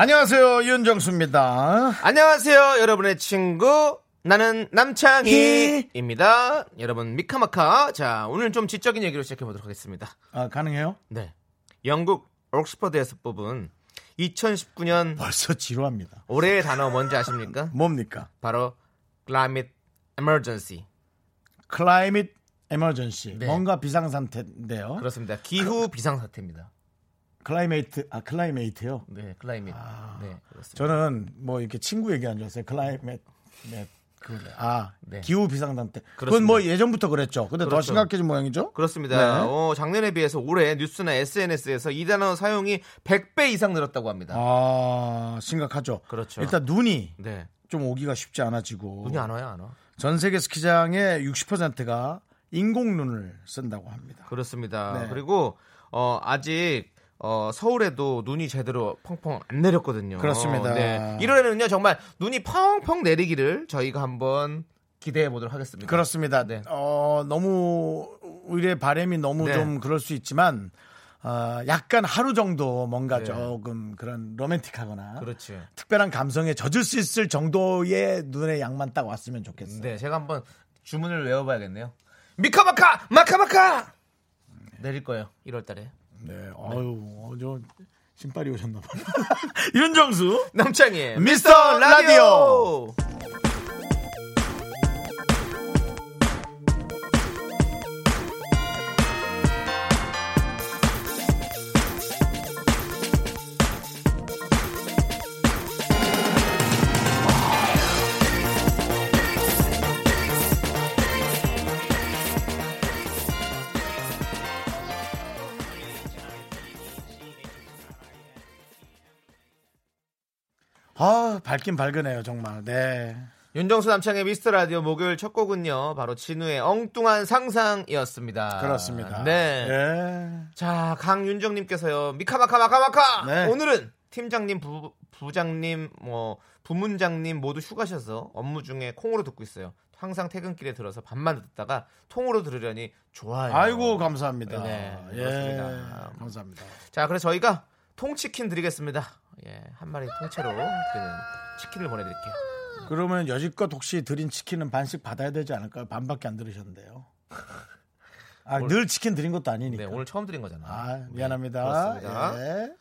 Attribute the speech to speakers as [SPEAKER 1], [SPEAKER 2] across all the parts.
[SPEAKER 1] 안녕하세요 윤정수입니다
[SPEAKER 2] 안녕하세요, 여러분의 친구. 나는 남창희입니다. 여러분, 미카마카. 자, 오늘 좀 지적인 얘기로 시작해보도록 하겠습니다.
[SPEAKER 1] 아 가능해요?
[SPEAKER 2] 네. 영국 옥스퍼드에서 뽑은 2019년
[SPEAKER 1] 벌써 지루합니다
[SPEAKER 2] 올해의 단어 뭔지 아십니까?
[SPEAKER 1] 뭡니까?
[SPEAKER 2] 바로 climate emergency.
[SPEAKER 1] 클라이밋 에머전시
[SPEAKER 2] 네.
[SPEAKER 1] 뭔가 비상상태인데요
[SPEAKER 2] 그렇습니다. 기후 비상사태입니다.
[SPEAKER 1] 클라이메이트 아 클라이메이트요
[SPEAKER 2] 네, climate. 네, 그렇습니다.
[SPEAKER 1] 아, 저는 뭐 이렇게 친구 얘기한 줄 알았어요 클라이메 네. 아
[SPEAKER 2] 네.
[SPEAKER 1] 기후 비상상태 그건
[SPEAKER 2] 그렇습니다.
[SPEAKER 1] 뭐 예전부터 그랬죠 근데 더
[SPEAKER 2] 그렇죠.
[SPEAKER 1] 심각해진 모양이죠
[SPEAKER 2] 그렇습니다.
[SPEAKER 1] 네.
[SPEAKER 2] 어, 작년에 비해서 올해 뉴스나 SNS에서 이 단어 사용이 100배 이상 늘었다고 합니다.
[SPEAKER 1] 아 심각하죠
[SPEAKER 2] 그렇죠.
[SPEAKER 1] 일단 눈이
[SPEAKER 2] 네.
[SPEAKER 1] 좀 오기가 쉽지 않아지고
[SPEAKER 2] 눈이 안 와요, 안 와.
[SPEAKER 1] 전 세계 스키장의 60%가 인공 눈을 쓴다고 합니다.
[SPEAKER 2] 그렇습니다.
[SPEAKER 1] 네.
[SPEAKER 2] 그리고 어, 아직 어, 서울에도 눈이 제대로 펑펑 안 내렸거든요.
[SPEAKER 1] 그렇습니다.
[SPEAKER 2] 네. 1월에는요 정말 눈이 펑펑 내리기를 저희가 한번 기대해 보도록 하겠습니다.
[SPEAKER 1] 그렇습니다.
[SPEAKER 2] 네.
[SPEAKER 1] 어, 너무 우리의 바람이 너무
[SPEAKER 2] 네.
[SPEAKER 1] 좀 그럴 수 있지만 어, 약간 하루 정도 뭔가
[SPEAKER 2] 네. 그렇죠.
[SPEAKER 1] 조금 그런 로맨틱하거나
[SPEAKER 2] 그렇지.
[SPEAKER 1] 특별한 감성에 젖을 수 있을 정도의 눈의 양만 딱 왔으면 좋겠어요.
[SPEAKER 2] 네, 제가 한번 주문을 외워봐야겠네요. 미카마카, 마카마카. 내릴 거예요. 1월달에.
[SPEAKER 1] 네. 아유, 어, 저 신발이 오셨나 봐요. 윤정수
[SPEAKER 2] 남창이에요.
[SPEAKER 1] 미스터 라디오. 아, 밝긴 밝으네요, 정말. 네.
[SPEAKER 2] 윤정수 남창의 미스터 라디오 목요일 첫 곡은요 바로 진우의 엉뚱한 상상이었습니다.
[SPEAKER 1] 그렇습니다.
[SPEAKER 2] 아, 네.
[SPEAKER 1] 예.
[SPEAKER 2] 자, 강윤정님께서요. 미카마카 마카마카.
[SPEAKER 1] 네.
[SPEAKER 2] 오늘은 팀장님, 부, 부장님, 뭐 부문장님 모두 휴가셔서 업무 중에 콩으로 듣고 있어요. 항상 퇴근길에 들어서 밤만 듣다가 통으로 들으려니 좋아요.
[SPEAKER 1] 아이고 감사합니다.
[SPEAKER 2] 네,
[SPEAKER 1] 예,
[SPEAKER 2] 그렇습니다.
[SPEAKER 1] 감사합니다.
[SPEAKER 2] 자, 그래서 저희가 통치킨 드리겠습니다. 예, 한 마리 통째로 드리는 치킨을 보내드릴게요.
[SPEAKER 1] 그러면 여지껏 혹시 드린 치킨은 반씩 받아야 되지 않을까요? 반밖에 안 들으셨는데요. 아, 늘 치킨 드린 것도 아니니까.
[SPEAKER 2] 네, 오늘 처음 드린 거잖아요.
[SPEAKER 1] 그러니까. 아,
[SPEAKER 2] 네,
[SPEAKER 1] 미안합니다.
[SPEAKER 2] 그렇습니다.
[SPEAKER 1] 예.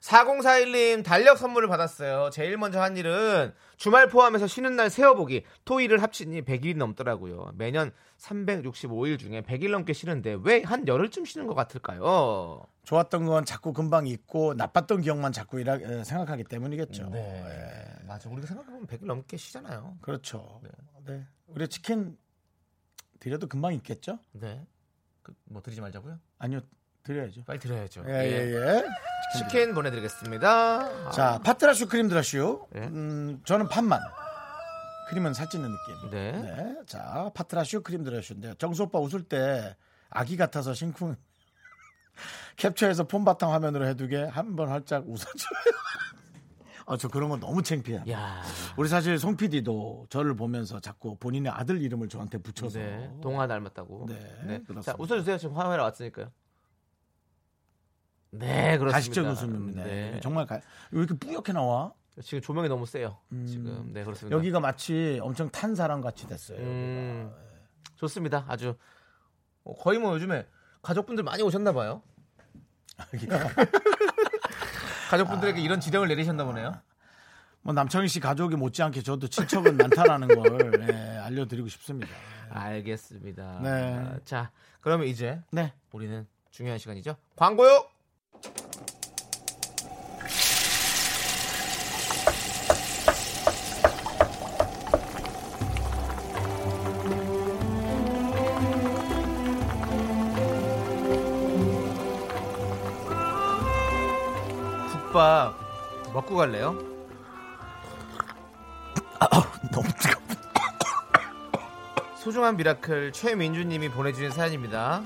[SPEAKER 2] 4041님 달력 선물을 받았어요. 제일 먼저 한 일은 주말 포함해서 쉬는 날 세어보기. 토일을 합치니 100일이 넘더라고요. 매년 365일 중에 100일 넘게 쉬는데 왜 한 열흘쯤 쉬는 것 같을까요?
[SPEAKER 1] 좋았던 건 자꾸 금방 잊고 나빴던 기억만 자꾸 일하, 예, 생각하기
[SPEAKER 2] 음.
[SPEAKER 1] 때문이겠죠.
[SPEAKER 2] 네. 맞아. 우리가 생각해보면 100일 넘게 쉬잖아요.
[SPEAKER 1] 그렇죠. 네. 우리 치킨 드려도 금방 잊겠죠?
[SPEAKER 2] 네. 그, 뭐 드리지 말자고요?
[SPEAKER 1] 아니요, 드려야죠.
[SPEAKER 2] 빨리 드려야죠.
[SPEAKER 1] 예, 예, 예.
[SPEAKER 2] 치킨 보내드리겠습니다.
[SPEAKER 1] 자, 파트라슈 크림 드라슈.
[SPEAKER 2] 예.
[SPEAKER 1] 음, 저는 팥만. 크림은 살찌는 느낌.
[SPEAKER 2] 네.
[SPEAKER 1] 네. 자, 파트라슈 크림 드라슈인데요. 정수 오빠 웃을 때 아기 같아서 심쿵. 캡처해서 폰 바탕 화면으로 해두게 한 번 활짝 웃어줘요. 아, 저 그런 거 너무 창피해요.
[SPEAKER 2] 야,
[SPEAKER 1] 우리 사실 송 PD도 저를 보면서 자꾸 본인의 아들 이름을 저한테 붙여서
[SPEAKER 2] 네. 동화 닮았다고.
[SPEAKER 1] 네,
[SPEAKER 2] 자,
[SPEAKER 1] 그렇습니다.
[SPEAKER 2] 웃어주세요. 지금 화면에 왔으니까요. 네, 그렇습니다.
[SPEAKER 1] 가식적 웃음입니다.
[SPEAKER 2] 네.
[SPEAKER 1] 정말 가... 왜 이렇게 뿌옇게 나와?
[SPEAKER 2] 지금 조명이 너무 세요. 지금 네 그렇습니다.
[SPEAKER 1] 음, 여기가 마치 엄청 탄 사람 같이 됐어요.
[SPEAKER 2] 음,
[SPEAKER 1] 네.
[SPEAKER 2] 좋습니다. 아주 어, 거의 뭐 요즘에 가족분들 많이 오셨나 봐요. 가족분들에게
[SPEAKER 1] 아.
[SPEAKER 2] 이런 지령을 내리셨나 보네요.
[SPEAKER 1] 뭐 남창희 씨 가족이 못지않게 저도 친척은 많다라는 걸 예, 알려드리고 싶습니다.
[SPEAKER 2] 알겠습니다.
[SPEAKER 1] 네.
[SPEAKER 2] 아, 자, 그러면 이제
[SPEAKER 1] 네.
[SPEAKER 2] 우리는 중요한 시간이죠. 광고요. 국밥 먹고 갈래요?
[SPEAKER 1] 아우, 너무 뜨겁다.
[SPEAKER 2] 소중한 미라클 최민주님이 보내주신 사연입니다.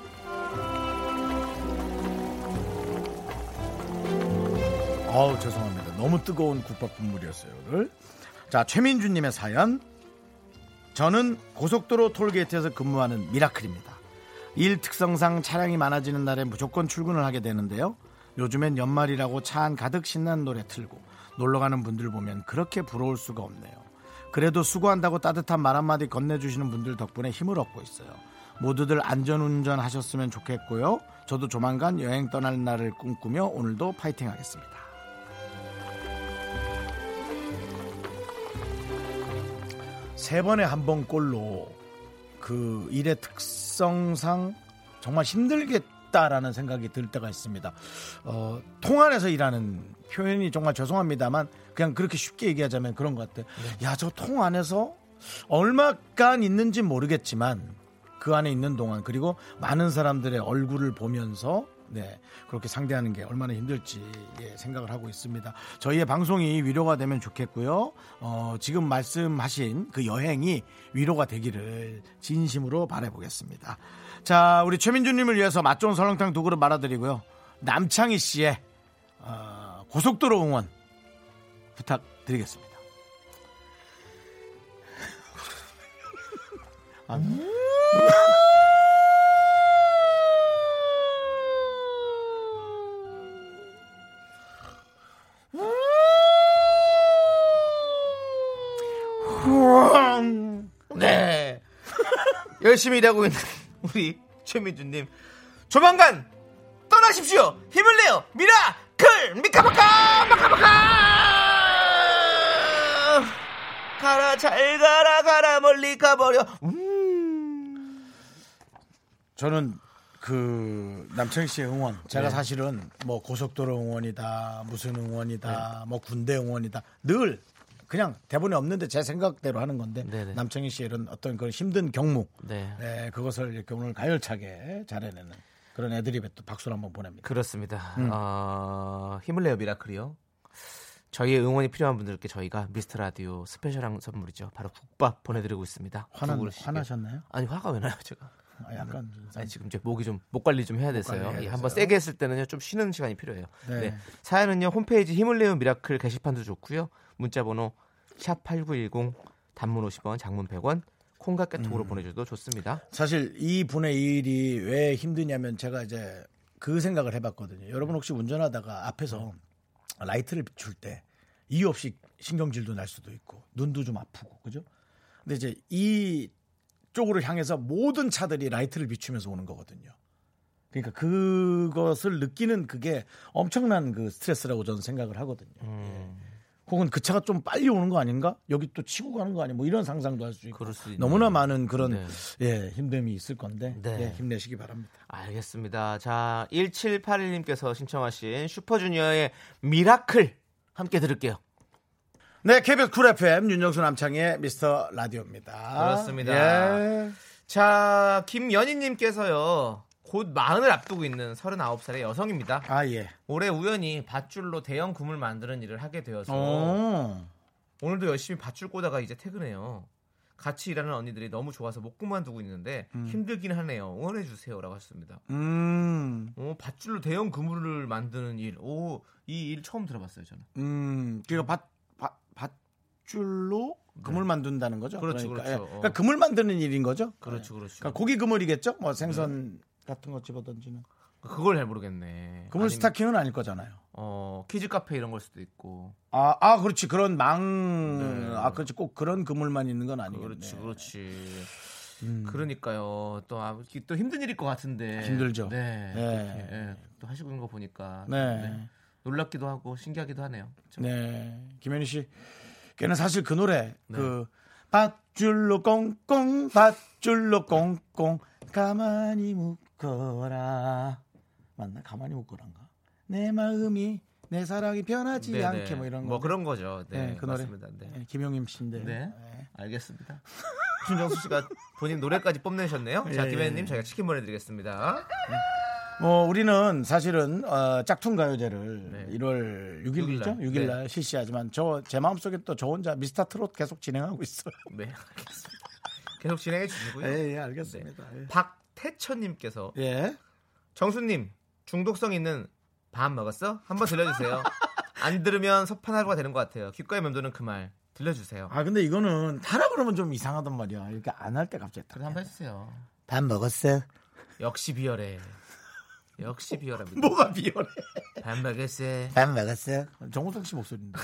[SPEAKER 1] 아우 죄송합니다. 너무 뜨거운 국밥 국물이었어요. 오늘. 자 최민주님의 사연. 저는 고속도로 톨게이트에서 근무하는 미라클입니다. 일 특성상 차량이 많아지는 날에 무조건 출근을 하게 되는데요. 요즘엔 연말이라고 차 안 가득 신나는 노래 틀고 놀러 가는 분들 보면 그렇게 부러울 수가 없네요. 그래도 수고한다고 따뜻한 말 한마디 건네주시는 분들 덕분에 힘을 얻고 있어요. 모두들 안전운전 하셨으면 좋겠고요. 저도 조만간 여행 떠날 날을 꿈꾸며 오늘도 파이팅 하겠습니다. 세 번에 한 번 꼴로 그 일의 특성상 정말 힘들겠다라는 생각이 들 때가 있습니다. 어, 통안에서 일하는 표현이 정말 죄송합니다만 그냥 그렇게 쉽게 얘기하자면 그런 것 같아요. 야, 저 통 안에서 얼마간 있는지 모르겠지만 그 안에 있는 동안 그리고 많은 사람들의 얼굴을 보면서 네 그렇게 상대하는 게 얼마나 힘들지 예, 생각을 하고 있습니다. 저희의 방송이 위로가 되면 좋겠고요. 어, 지금 말씀하신 그 여행이 위로가 되기를 진심으로 바라보겠습니다. 자 우리 최민주님을 위해서 맛 좋은 설렁탕 두 그릇 말아드리고요. 남창희 씨의 어, 고속도로 응원 부탁드리겠습니다. 아,
[SPEAKER 2] 네. 열심히 일하고 있는 우리 최민주님. 조만간 떠나십시오. 힘을 내요. 미라클! 미카마카! 마카마카! 가라, 잘 가라, 가라, 멀리 가버려.
[SPEAKER 1] 저는 그 남창희 씨의 응원
[SPEAKER 2] 네.
[SPEAKER 1] 제가 사실은 뭐 고속도로 응원이다 무슨
[SPEAKER 2] 네.
[SPEAKER 1] 응원이다 뭐 군대 응원이다 늘 그냥 대본에 없는데 제 생각대로 하는 건데
[SPEAKER 2] 네네.
[SPEAKER 1] 남창희 씨의 이런 어떤 그런 힘든 경무
[SPEAKER 2] 네.
[SPEAKER 1] 네, 그것을 이렇게 오늘 가열차게 잘해내는 그런 애드립에 또 박수를 한번 보냅니다
[SPEAKER 2] 그렇습니다. 어, 힘을 내요 미라클이요. 저희의 응원이 필요한 분들께 저희가 미스터 라디오 스페셜한 선물이죠. 바로 국밥 보내드리고 있습니다.
[SPEAKER 1] 화나,
[SPEAKER 2] 두 그릇씩.
[SPEAKER 1] 화나셨나요?
[SPEAKER 2] 아니 화가 왜 나요 제가?
[SPEAKER 1] 아, 약간
[SPEAKER 2] 음. 아니 지금 이제 목이 좀 목 관리 좀 해야 돼서요.
[SPEAKER 1] 관리 해야
[SPEAKER 2] 예, 한번
[SPEAKER 1] 돼서요.
[SPEAKER 2] 세게 했을 때는요 좀 쉬는 시간이 필요해요.
[SPEAKER 1] 네.
[SPEAKER 2] 네. 사연은요 홈페이지 힘을 내요 미라클 게시판도 좋고요. 문자번호 샵 #8910 단문 50원, 장문 100원, 콩과 깨톡으로 보내주셔도 좋습니다.
[SPEAKER 1] 사실 이 분의 일이 왜 힘드냐면 제가 이제 그 생각을 해봤거든요. 여러분 혹시 운전하다가 앞에서 라이트를 비출 때 이유 없이 신경질도 날 수도 있고 눈도 좀 아프고 그죠? 근데 이제 이 쪽으로 향해서 모든 차들이 라이트를 비추면서 오는 거거든요. 그러니까 그것을 느끼는 그게 엄청난 그 스트레스라고 저는 생각을 하거든요.
[SPEAKER 2] 음.
[SPEAKER 1] 혹은 그 차가 좀 빨리 오는 거 아닌가? 여기 또 치고 가는 거 아니? 뭐 이런 상상도 할 수 있고
[SPEAKER 2] 그럴 수 있네요.
[SPEAKER 1] 너무나 많은 그런
[SPEAKER 2] 네.
[SPEAKER 1] 예, 힘듦이 있을 건데
[SPEAKER 2] 네.
[SPEAKER 1] 예, 힘내시기 바랍니다.
[SPEAKER 2] 알겠습니다. 자 1781님께서 신청하신 슈퍼주니어의 미라클 함께 들을게요.
[SPEAKER 1] 네, KBS 쿨 FM 윤정수 남창의 미스터 라디오입니다.
[SPEAKER 2] 그렇습니다.
[SPEAKER 1] 예.
[SPEAKER 2] 자 김연희님께서요 곧 마흔을 앞두고 있는 39살의 여성입니다.
[SPEAKER 1] 아 예.
[SPEAKER 2] 올해 우연히 밧줄로 대형 구물 만드는 일을 하게 되어서
[SPEAKER 1] 어.
[SPEAKER 2] 오늘도 열심히 밧줄 꼬다가 이제 퇴근해요. 같이 일하는 언니들이 너무 좋아서 못 그만두고 있는데 힘들긴 하네요. 응원해 주세요라고 하셨습니다.
[SPEAKER 1] 음.
[SPEAKER 2] 오, 밧줄로 대형 그물을 만드는 일. 오, 이 일 처음 들어봤어요, 저는.
[SPEAKER 1] 음. 그러니까 밭, 밭, 밭줄로 그물 만든다는 거죠.
[SPEAKER 2] 네. 그렇죠,
[SPEAKER 1] 그러니까,
[SPEAKER 2] 그렇죠.
[SPEAKER 1] 예.
[SPEAKER 2] 어.
[SPEAKER 1] 그러니까 그물 만드는 일인 거죠.
[SPEAKER 2] 그렇죠, 네.
[SPEAKER 1] 예.
[SPEAKER 2] 그렇죠.
[SPEAKER 1] 그러니까 고기 그물이겠죠. 뭐 생선 같은 거 집어 던지는.
[SPEAKER 2] 그걸 잘 모르겠네.
[SPEAKER 1] 그물
[SPEAKER 2] 아니면,
[SPEAKER 1] 스타킹은 아닐 거잖아요.
[SPEAKER 2] 어, 키즈 카페 이런 걸 수도 있고.
[SPEAKER 1] 아, 아, 그렇지. 그런 망,
[SPEAKER 2] 네.
[SPEAKER 1] 아, 그렇지. 꼭 그런 그물만 있는 건 아니겠네. 음.
[SPEAKER 2] 그렇지, 그렇지. 그러니까요. 또, 아, 또 힘든 일일 것 같은데.
[SPEAKER 1] 힘들죠.
[SPEAKER 2] 네.
[SPEAKER 1] 네.
[SPEAKER 2] 이렇게, 예. 또 하시고 있는 거 보니까.
[SPEAKER 1] 네.
[SPEAKER 2] 네. 놀랍기도 하고 신기하기도 하네요. 참.
[SPEAKER 1] 네. 김현희 씨. 걔는 사실 그 노래 그
[SPEAKER 2] 네.
[SPEAKER 1] 밧줄로 꽁꽁 밧줄로 꽁꽁 가만히 묶어라. 맞나? 가만히 묶어라인가? 내 마음이 내 사랑이 변하지
[SPEAKER 2] 네네.
[SPEAKER 1] 않게 뭐 이런 거.
[SPEAKER 2] 뭐 그런 거죠. 네,
[SPEAKER 1] 네, 그 노래.
[SPEAKER 2] 맞습니다. 네.
[SPEAKER 1] 네, 김용임 씨인데.
[SPEAKER 2] 네.
[SPEAKER 1] 네.
[SPEAKER 2] 알겠습니다. 준정수 씨가 본인 노래까지 뽐내셨네요. 자,
[SPEAKER 1] 예,
[SPEAKER 2] 김혜님
[SPEAKER 1] 예.
[SPEAKER 2] 저희가 치킨 보내드리겠습니다.
[SPEAKER 1] 뭐 우리는 사실은 어, 짝퉁 가요제를 1월 6일이죠?
[SPEAKER 2] 네. 6일날. 네.
[SPEAKER 1] 6일 날 실시하지만 저 제 마음속에 또 저 혼자 미스터 트롯 계속 진행하고 있어요.
[SPEAKER 2] 네, 알겠습니다. 계속 진행해 주시고요.
[SPEAKER 1] 예, 예, 알겠습니다.
[SPEAKER 2] 네.
[SPEAKER 1] 예.
[SPEAKER 2] 박태천님께서
[SPEAKER 1] 예.
[SPEAKER 2] 정수님 중독성 있는 밥 먹었어? 한번 들려주세요. 안 들으면 섭한 하루가 되는 것 같아요. 귓가에 맴도는 그 말 들려주세요.
[SPEAKER 1] 아 근데 이거는 타라 그러면 좀 이상하단 말이야. 이렇게 안 할 때 갑자기 딱.
[SPEAKER 2] 그럼 한번 해주세요.
[SPEAKER 1] 밥 먹었어?
[SPEAKER 2] 역시 비열해. 역시 비열합니다.
[SPEAKER 1] 뭐가 비열해?
[SPEAKER 2] 반박했세.
[SPEAKER 1] 밥 먹었어? 정우성 씨 목소리인데.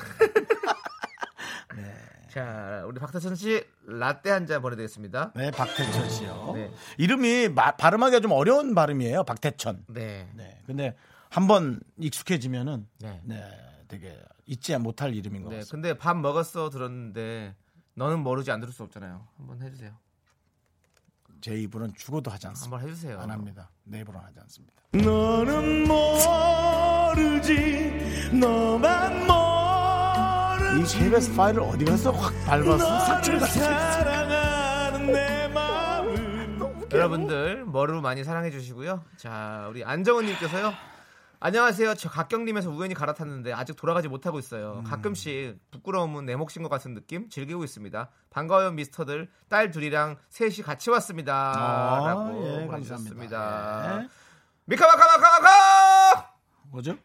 [SPEAKER 2] 자, 우리 박태천 씨 라떼 한 잔 보내드리겠습니다.
[SPEAKER 1] 네, 박태천 씨요.
[SPEAKER 2] 네.
[SPEAKER 1] 이름이 마- 발음하기가 좀 어려운 발음이에요. 박태천.
[SPEAKER 2] 네.
[SPEAKER 1] 네. 근데 한번 익숙해지면은 네.
[SPEAKER 2] 네.
[SPEAKER 1] 되게 잊지 못할 이름인 것
[SPEAKER 2] 네.
[SPEAKER 1] 같습니다.
[SPEAKER 2] 근데 밥 먹었어 들었는데 너는 모르지 안 들을 수 없잖아요. 한번 해주세요.
[SPEAKER 1] 제 입으로는 죽어도 하지 않습니다.
[SPEAKER 2] 한번 해주세요.
[SPEAKER 1] 안 합니다. 내 입으로는 하지 않습니다.
[SPEAKER 3] 너는 모르지 너만 모르지
[SPEAKER 1] 이 KBS 파일을 어디 가서 확 밟아서 사출
[SPEAKER 3] 너를
[SPEAKER 1] 같은
[SPEAKER 3] 사랑하는 내 마음
[SPEAKER 2] 여러분들 머루 많이 사랑해 주시고요. 자, 우리 안정은 님께서요. 안녕하세요. 저 각경님에서 우연히 갈아탔는데 아직 돌아가지 못하고 있어요.
[SPEAKER 1] 음.
[SPEAKER 2] 가끔씩 부끄러움은 내 몫인 것 같은 느낌 즐기고 있습니다. 반가워요, 미스터들. 딸 둘이랑 셋이 같이 왔습니다.
[SPEAKER 1] 아,
[SPEAKER 2] 라고
[SPEAKER 1] 예,
[SPEAKER 2] 보내주셨습니다.
[SPEAKER 1] 감사합니다. 예.
[SPEAKER 2] 미카마카마카마카!
[SPEAKER 1] 뭐죠?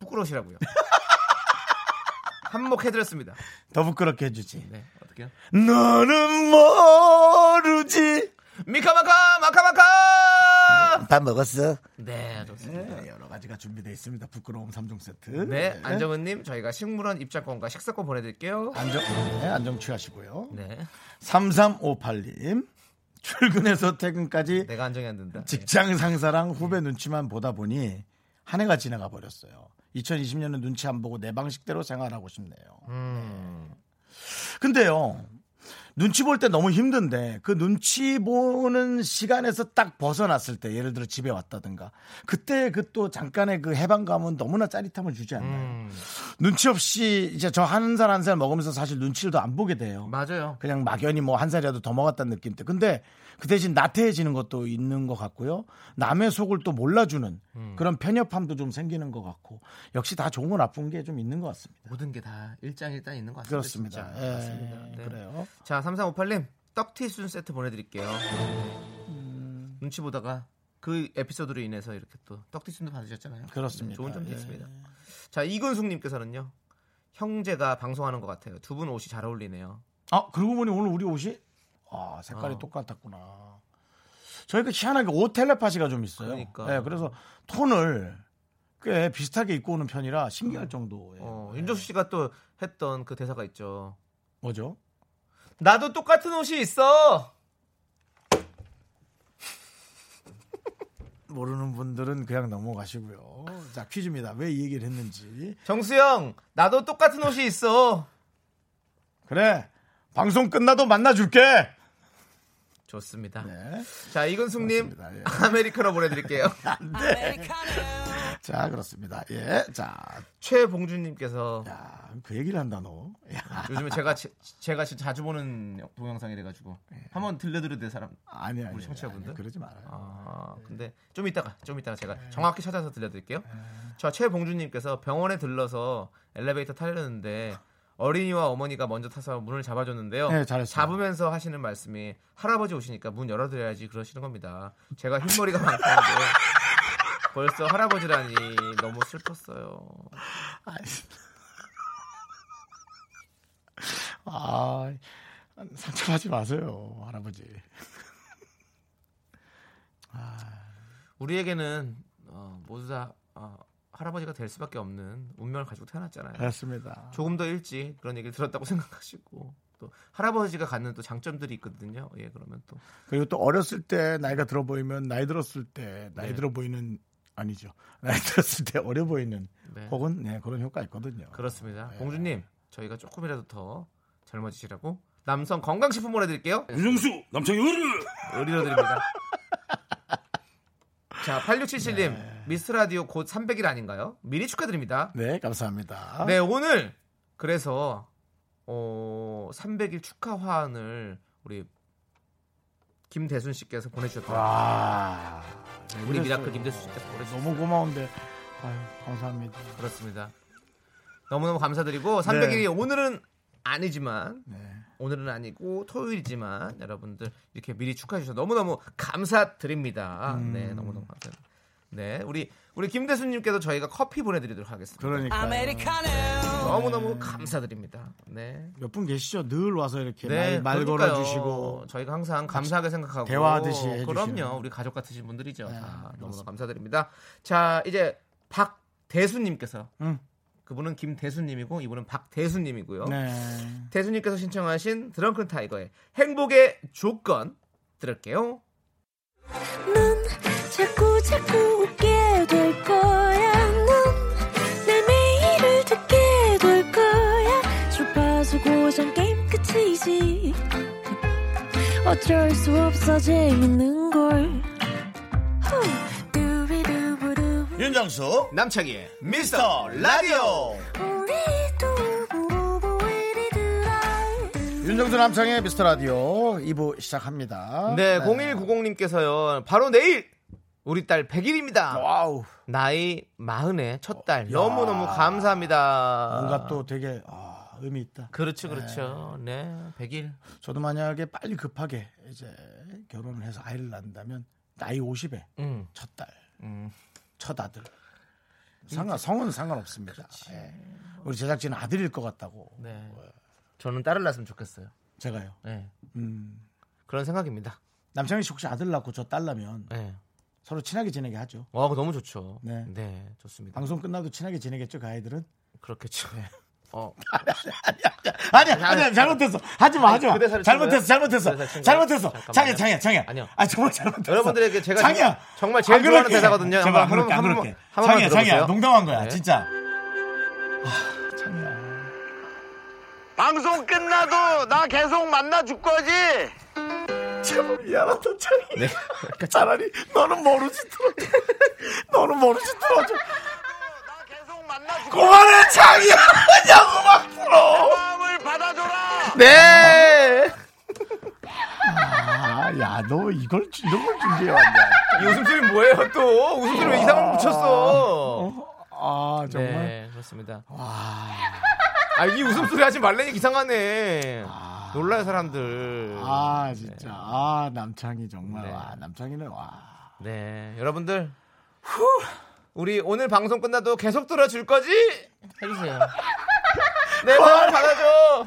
[SPEAKER 2] 부끄러우시라고요. 한몫해드렸습니다.
[SPEAKER 1] 더 부끄럽게 해주지.
[SPEAKER 2] 네, 어떻게요?
[SPEAKER 1] 너는 모르지.
[SPEAKER 2] 미카마카마카마카!
[SPEAKER 1] 밥 먹었어?
[SPEAKER 2] 네, 좋습니다.
[SPEAKER 1] 네, 여러 가지가 준비되어 있습니다. 부끄러움 3종 세트.
[SPEAKER 2] 네, 안정은님 저희가 식물원 입장권과 식사권 보내드릴게요.
[SPEAKER 1] 안정, 네, 안정 취하시고요.
[SPEAKER 2] 네,
[SPEAKER 1] 3358님. 출근해서 퇴근까지
[SPEAKER 2] 내가 안정이 안 된다. 네.
[SPEAKER 1] 직장 상사랑 후배 눈치만 보다 보니 한 해가 지나가 버렸어요. 2020년은 눈치 안 보고 내 방식대로 생활하고 싶네요. 네. 근데요. 눈치 볼 때 너무 힘든데 그 눈치 보는 시간에서 딱 벗어났을 때 예를 들어 집에 왔다든가 그때 그 또 잠깐의 그 해방감은 너무나 짜릿함을 주지 않나요? 눈치 없이 이제 저 한 살 한 살 먹으면서 사실 눈치를 더 안 보게 돼요.
[SPEAKER 2] 맞아요.
[SPEAKER 1] 그냥 막연히 뭐 한 살이라도 더 먹었다는 느낌 때. 근데 그 대신 나태해지는 것도 있는 것 같고요. 남의 속을 또 몰라주는
[SPEAKER 2] 음.
[SPEAKER 1] 그런 편협함도 좀 생기는 것 같고 역시 다 좋은 거 나쁜 게 좀 있는 것 같습니다.
[SPEAKER 2] 모든 게 다 일장일단 있는 것 같습니다.
[SPEAKER 1] 그렇습니다.
[SPEAKER 2] 진짜.
[SPEAKER 1] 예,
[SPEAKER 2] 맞습니다. 네.
[SPEAKER 1] 그래요.
[SPEAKER 2] 자, 3358님 떡튀순 세트 보내드릴게요. 음, 눈치 보다가 그 에피소드로 인해서 이렇게 또 떡튀순도 받으셨잖아요.
[SPEAKER 1] 그렇습니다.
[SPEAKER 2] 네, 좋은 점도
[SPEAKER 1] 예.
[SPEAKER 2] 있습니다. 자, 이근숙님께서는요. 형제가 방송하는 것 같아요. 두 분 옷이 잘 어울리네요.
[SPEAKER 1] 아 그러고 보니 오늘 우리 옷이 아 색깔이
[SPEAKER 2] 어.
[SPEAKER 1] 똑같았구나. 저희가 희한하게 옷 텔레파시가 좀 있어요.
[SPEAKER 2] 그러니까.
[SPEAKER 1] 예, 그래서 톤을 꽤 비슷하게 입고 오는 편이라 신기할 정도예요.
[SPEAKER 2] 어, 윤정수 씨가 또 했던 그 대사가 있죠.
[SPEAKER 1] 예. 뭐죠?
[SPEAKER 2] 나도 똑같은 옷이 있어.
[SPEAKER 1] 모르는 분들은 그냥 넘어가시고요. 자 퀴즈입니다. 왜 이 얘기를 했는지.
[SPEAKER 2] 정수영, 나도 똑같은 옷이 있어.
[SPEAKER 1] 그래 방송 끝나도 만나줄게.
[SPEAKER 2] 좋습니다.
[SPEAKER 1] 네.
[SPEAKER 2] 자, 이근숙님,
[SPEAKER 1] 그렇습니다. 예.
[SPEAKER 2] 아메리카노 보내드릴게요.
[SPEAKER 1] 자 그렇습니다. 예. 자,
[SPEAKER 2] 최봉준님께서
[SPEAKER 1] 야, 그 얘기를 한다 너. 야,
[SPEAKER 2] 요즘에 제가 제, 제가 진짜 자주 보는 동영상이 돼가지고 한번 들려드려도 돼 사람.
[SPEAKER 1] 아니 아니.
[SPEAKER 2] 우리 청취자분들?
[SPEAKER 1] 아니, 그러지 말아요.
[SPEAKER 2] 아, 근데 좀 이따가 좀 이따가 제가 정확히 찾아서 들려드릴게요. 저 최봉준님께서 병원에 들러서 엘리베이터 타려는데 어린이와 어머니가 먼저 타서 문을 잡아줬는데요.
[SPEAKER 1] 네, 잘했어요.
[SPEAKER 2] 잡으면서 하시는 말씀이 할아버지 오시니까 문 열어드려야지 그러시는 겁니다. 제가 흰머리가 많다는데 벌써 할아버지라니 너무 슬펐어요.
[SPEAKER 1] 아 상처받지 마세요 할아버지.
[SPEAKER 2] 우리에게는 어, 모두 다 어, 할아버지가 될 수밖에 없는 운명을 가지고 태어났잖아요.
[SPEAKER 1] 그렇습니다.
[SPEAKER 2] 조금 더 일찍 그런 얘기를 들었다고 생각하시고 또 할아버지가 갖는 또 장점들이 있거든요. 예, 그러면 또
[SPEAKER 1] 그리고 또 어렸을 때 나이가 들어 보이면 나이 들었을 때 나이
[SPEAKER 2] 네.
[SPEAKER 1] 들어 보이는 아니죠. 나이 들었을 때 어려 보이는
[SPEAKER 2] 네.
[SPEAKER 1] 혹은 네, 그런 효과 있거든요.
[SPEAKER 2] 그렇습니다.
[SPEAKER 3] 네.
[SPEAKER 2] 공주님, 저희가 조금이라도 더 젊어지시라고 남성 건강식품 보내드릴게요.
[SPEAKER 3] 네. 윤정수 남창희 으르
[SPEAKER 2] 의리로 드립니다. 자, 8677님
[SPEAKER 3] 네.
[SPEAKER 2] 미스 라디오 곧 300일 아닌가요? 미리 축하드립니다.
[SPEAKER 1] 네 감사합니다.
[SPEAKER 2] 네, 오늘 그래서 어 300일 축하 화환을 우리 김대순 씨께서 보내주셨다.
[SPEAKER 1] 와
[SPEAKER 2] 네, 우리
[SPEAKER 1] 그랬어요.
[SPEAKER 2] 미라클 김대수 씨께서 보내주셨습니다.
[SPEAKER 1] 너무 고마운데. 아유, 감사합니다.
[SPEAKER 2] 그렇습니다. 너무너무
[SPEAKER 1] 네.
[SPEAKER 2] 감사드리고 300일이 오늘은 아니지만 오늘은 아니고 토요일이지만 여러분들 이렇게 미리 축하해 주셔서 너무너무 감사드립니다.
[SPEAKER 1] 음.
[SPEAKER 2] 네, 너무너무 감사드립니다. 네, 우리 우리 김대수님께도 저희가 커피 보내드리도록 하겠습니다.
[SPEAKER 1] 그러니까
[SPEAKER 2] 너무너무 감사드립니다. 네.
[SPEAKER 1] 몇 분 계시죠? 늘 와서 이렇게
[SPEAKER 2] 네,
[SPEAKER 1] 말, 말
[SPEAKER 2] 그러니까요.
[SPEAKER 1] 걸어주시고
[SPEAKER 2] 저희가 항상 감사하게 생각하고
[SPEAKER 1] 대화하듯이 해주시는. 네,
[SPEAKER 2] 그럼요 우리 가족 같으신 분들이죠 다 너무 감사드립니다 자 이제 박대수님께서
[SPEAKER 1] 응.
[SPEAKER 2] 그분은 김대수님이고 이분은 박대수님이고요
[SPEAKER 1] 네.
[SPEAKER 2] 대수님께서 신청하신 드렁큰 타이거의 행복의 조건 들을게요
[SPEAKER 4] 넌 자꾸 자꾸 웃게 될 거야. 넌내 매일을 듣게 될 거야. 주파수 고정 게임 끝이지. 어쩔 수 없어 재밌는 걸. 후. 두비두부두.
[SPEAKER 5] 윤정수
[SPEAKER 2] 남창희의 미스터 라디오
[SPEAKER 4] 우리 두부부부 우리 두라.
[SPEAKER 1] 윤정수 남창의 미스터 라디오 2부 시작합니다.
[SPEAKER 2] 네 0190님께서요 바로 내일 우리 딸 100일입니다
[SPEAKER 1] 와우.
[SPEAKER 2] 나이 마흔의 첫딸 너무너무 감사합니다
[SPEAKER 1] 뭔가 또 되게 아, 의미 있다.
[SPEAKER 2] 그렇죠, 그렇죠. 네, 100일.
[SPEAKER 1] 저도 만약에 빨리 급하게 이제 결혼을 해서 아이를 낳는다면 나이 50에
[SPEAKER 2] 음.
[SPEAKER 1] 첫 딸, 첫 아들. 상관 성은 상관없습니다. 예. 우리 제작진은 아들일 것 같다고.
[SPEAKER 2] 네. 저는 딸을 낳았으면 좋겠어요.
[SPEAKER 1] 제가요.
[SPEAKER 2] 네.
[SPEAKER 1] 음.
[SPEAKER 2] 그런 생각입니다.
[SPEAKER 1] 남창희 씨 혹시 아들 낳고 저 딸 낳으면
[SPEAKER 2] 네.
[SPEAKER 1] 서로 친하게 지내게 하죠.
[SPEAKER 2] 와, 그거 너무 좋죠.
[SPEAKER 1] 네. 아.
[SPEAKER 2] 네. 좋습니다.
[SPEAKER 1] 방송 끝나도 친하게 지내겠죠, 그 아이들은?
[SPEAKER 2] 그렇겠죠.
[SPEAKER 1] 네.
[SPEAKER 2] 어,
[SPEAKER 1] 아니야, 아니야, 잘못했어. 하지 마, 하지 마.
[SPEAKER 2] 그 대사를 친
[SPEAKER 1] 잘못했어,
[SPEAKER 2] 거예요?
[SPEAKER 1] 잘못했어.
[SPEAKER 2] 그 대사를 친 거예요?
[SPEAKER 1] 잘못했어.
[SPEAKER 2] 잠깐만요.
[SPEAKER 1] 장애, 장애, 장애.
[SPEAKER 2] 아니요.
[SPEAKER 1] 아, 정말 잘못했어.
[SPEAKER 2] 여러분들에게 제가
[SPEAKER 1] 장애야.
[SPEAKER 2] 지금 정말 제일
[SPEAKER 1] 안
[SPEAKER 2] 좋아하는
[SPEAKER 1] 그럴게.
[SPEAKER 2] 대사거든요.
[SPEAKER 1] 제발, 안
[SPEAKER 2] 한번,
[SPEAKER 1] 그럴게, 안
[SPEAKER 2] 한번,
[SPEAKER 1] 그럴게.
[SPEAKER 2] 한 번만
[SPEAKER 1] 장애야, 장애야.
[SPEAKER 2] 들어보세요.
[SPEAKER 1] 농담한 거야,
[SPEAKER 2] 네.
[SPEAKER 1] 진짜.
[SPEAKER 5] 아, 방송 끝나도 나 계속 만나 줄 거지
[SPEAKER 1] 제발 미안하다, 장애. 차라리 너는 모르지 들어줘. 너는 모르지 들어줘.
[SPEAKER 5] 나 계속 만나 줄
[SPEAKER 1] 그만해, 장애야. 야, 음악 들어.
[SPEAKER 5] 마음을 받아줘라
[SPEAKER 2] 네!
[SPEAKER 1] 아, 야, 너 이걸, 주- 이런 걸 준비해 왔냐.
[SPEAKER 2] 이 웃음소리 뭐예요, 또? 웃음소리 왜 이상한 걸 붙였어?
[SPEAKER 1] 아, 정말.
[SPEAKER 2] 네, 그렇습니다. 아, 이 웃음소리 하지 말래니 이상하네. 놀라요, 사람들.
[SPEAKER 1] 아, 진짜. 아, 남창이 정말.
[SPEAKER 2] 네.
[SPEAKER 1] 와, 남창이는 와.
[SPEAKER 2] 네, 여러분들 후, 우리 오늘 방송 끝나도 계속 들어줄 거지? 해주세요. 내 마음 받아줘.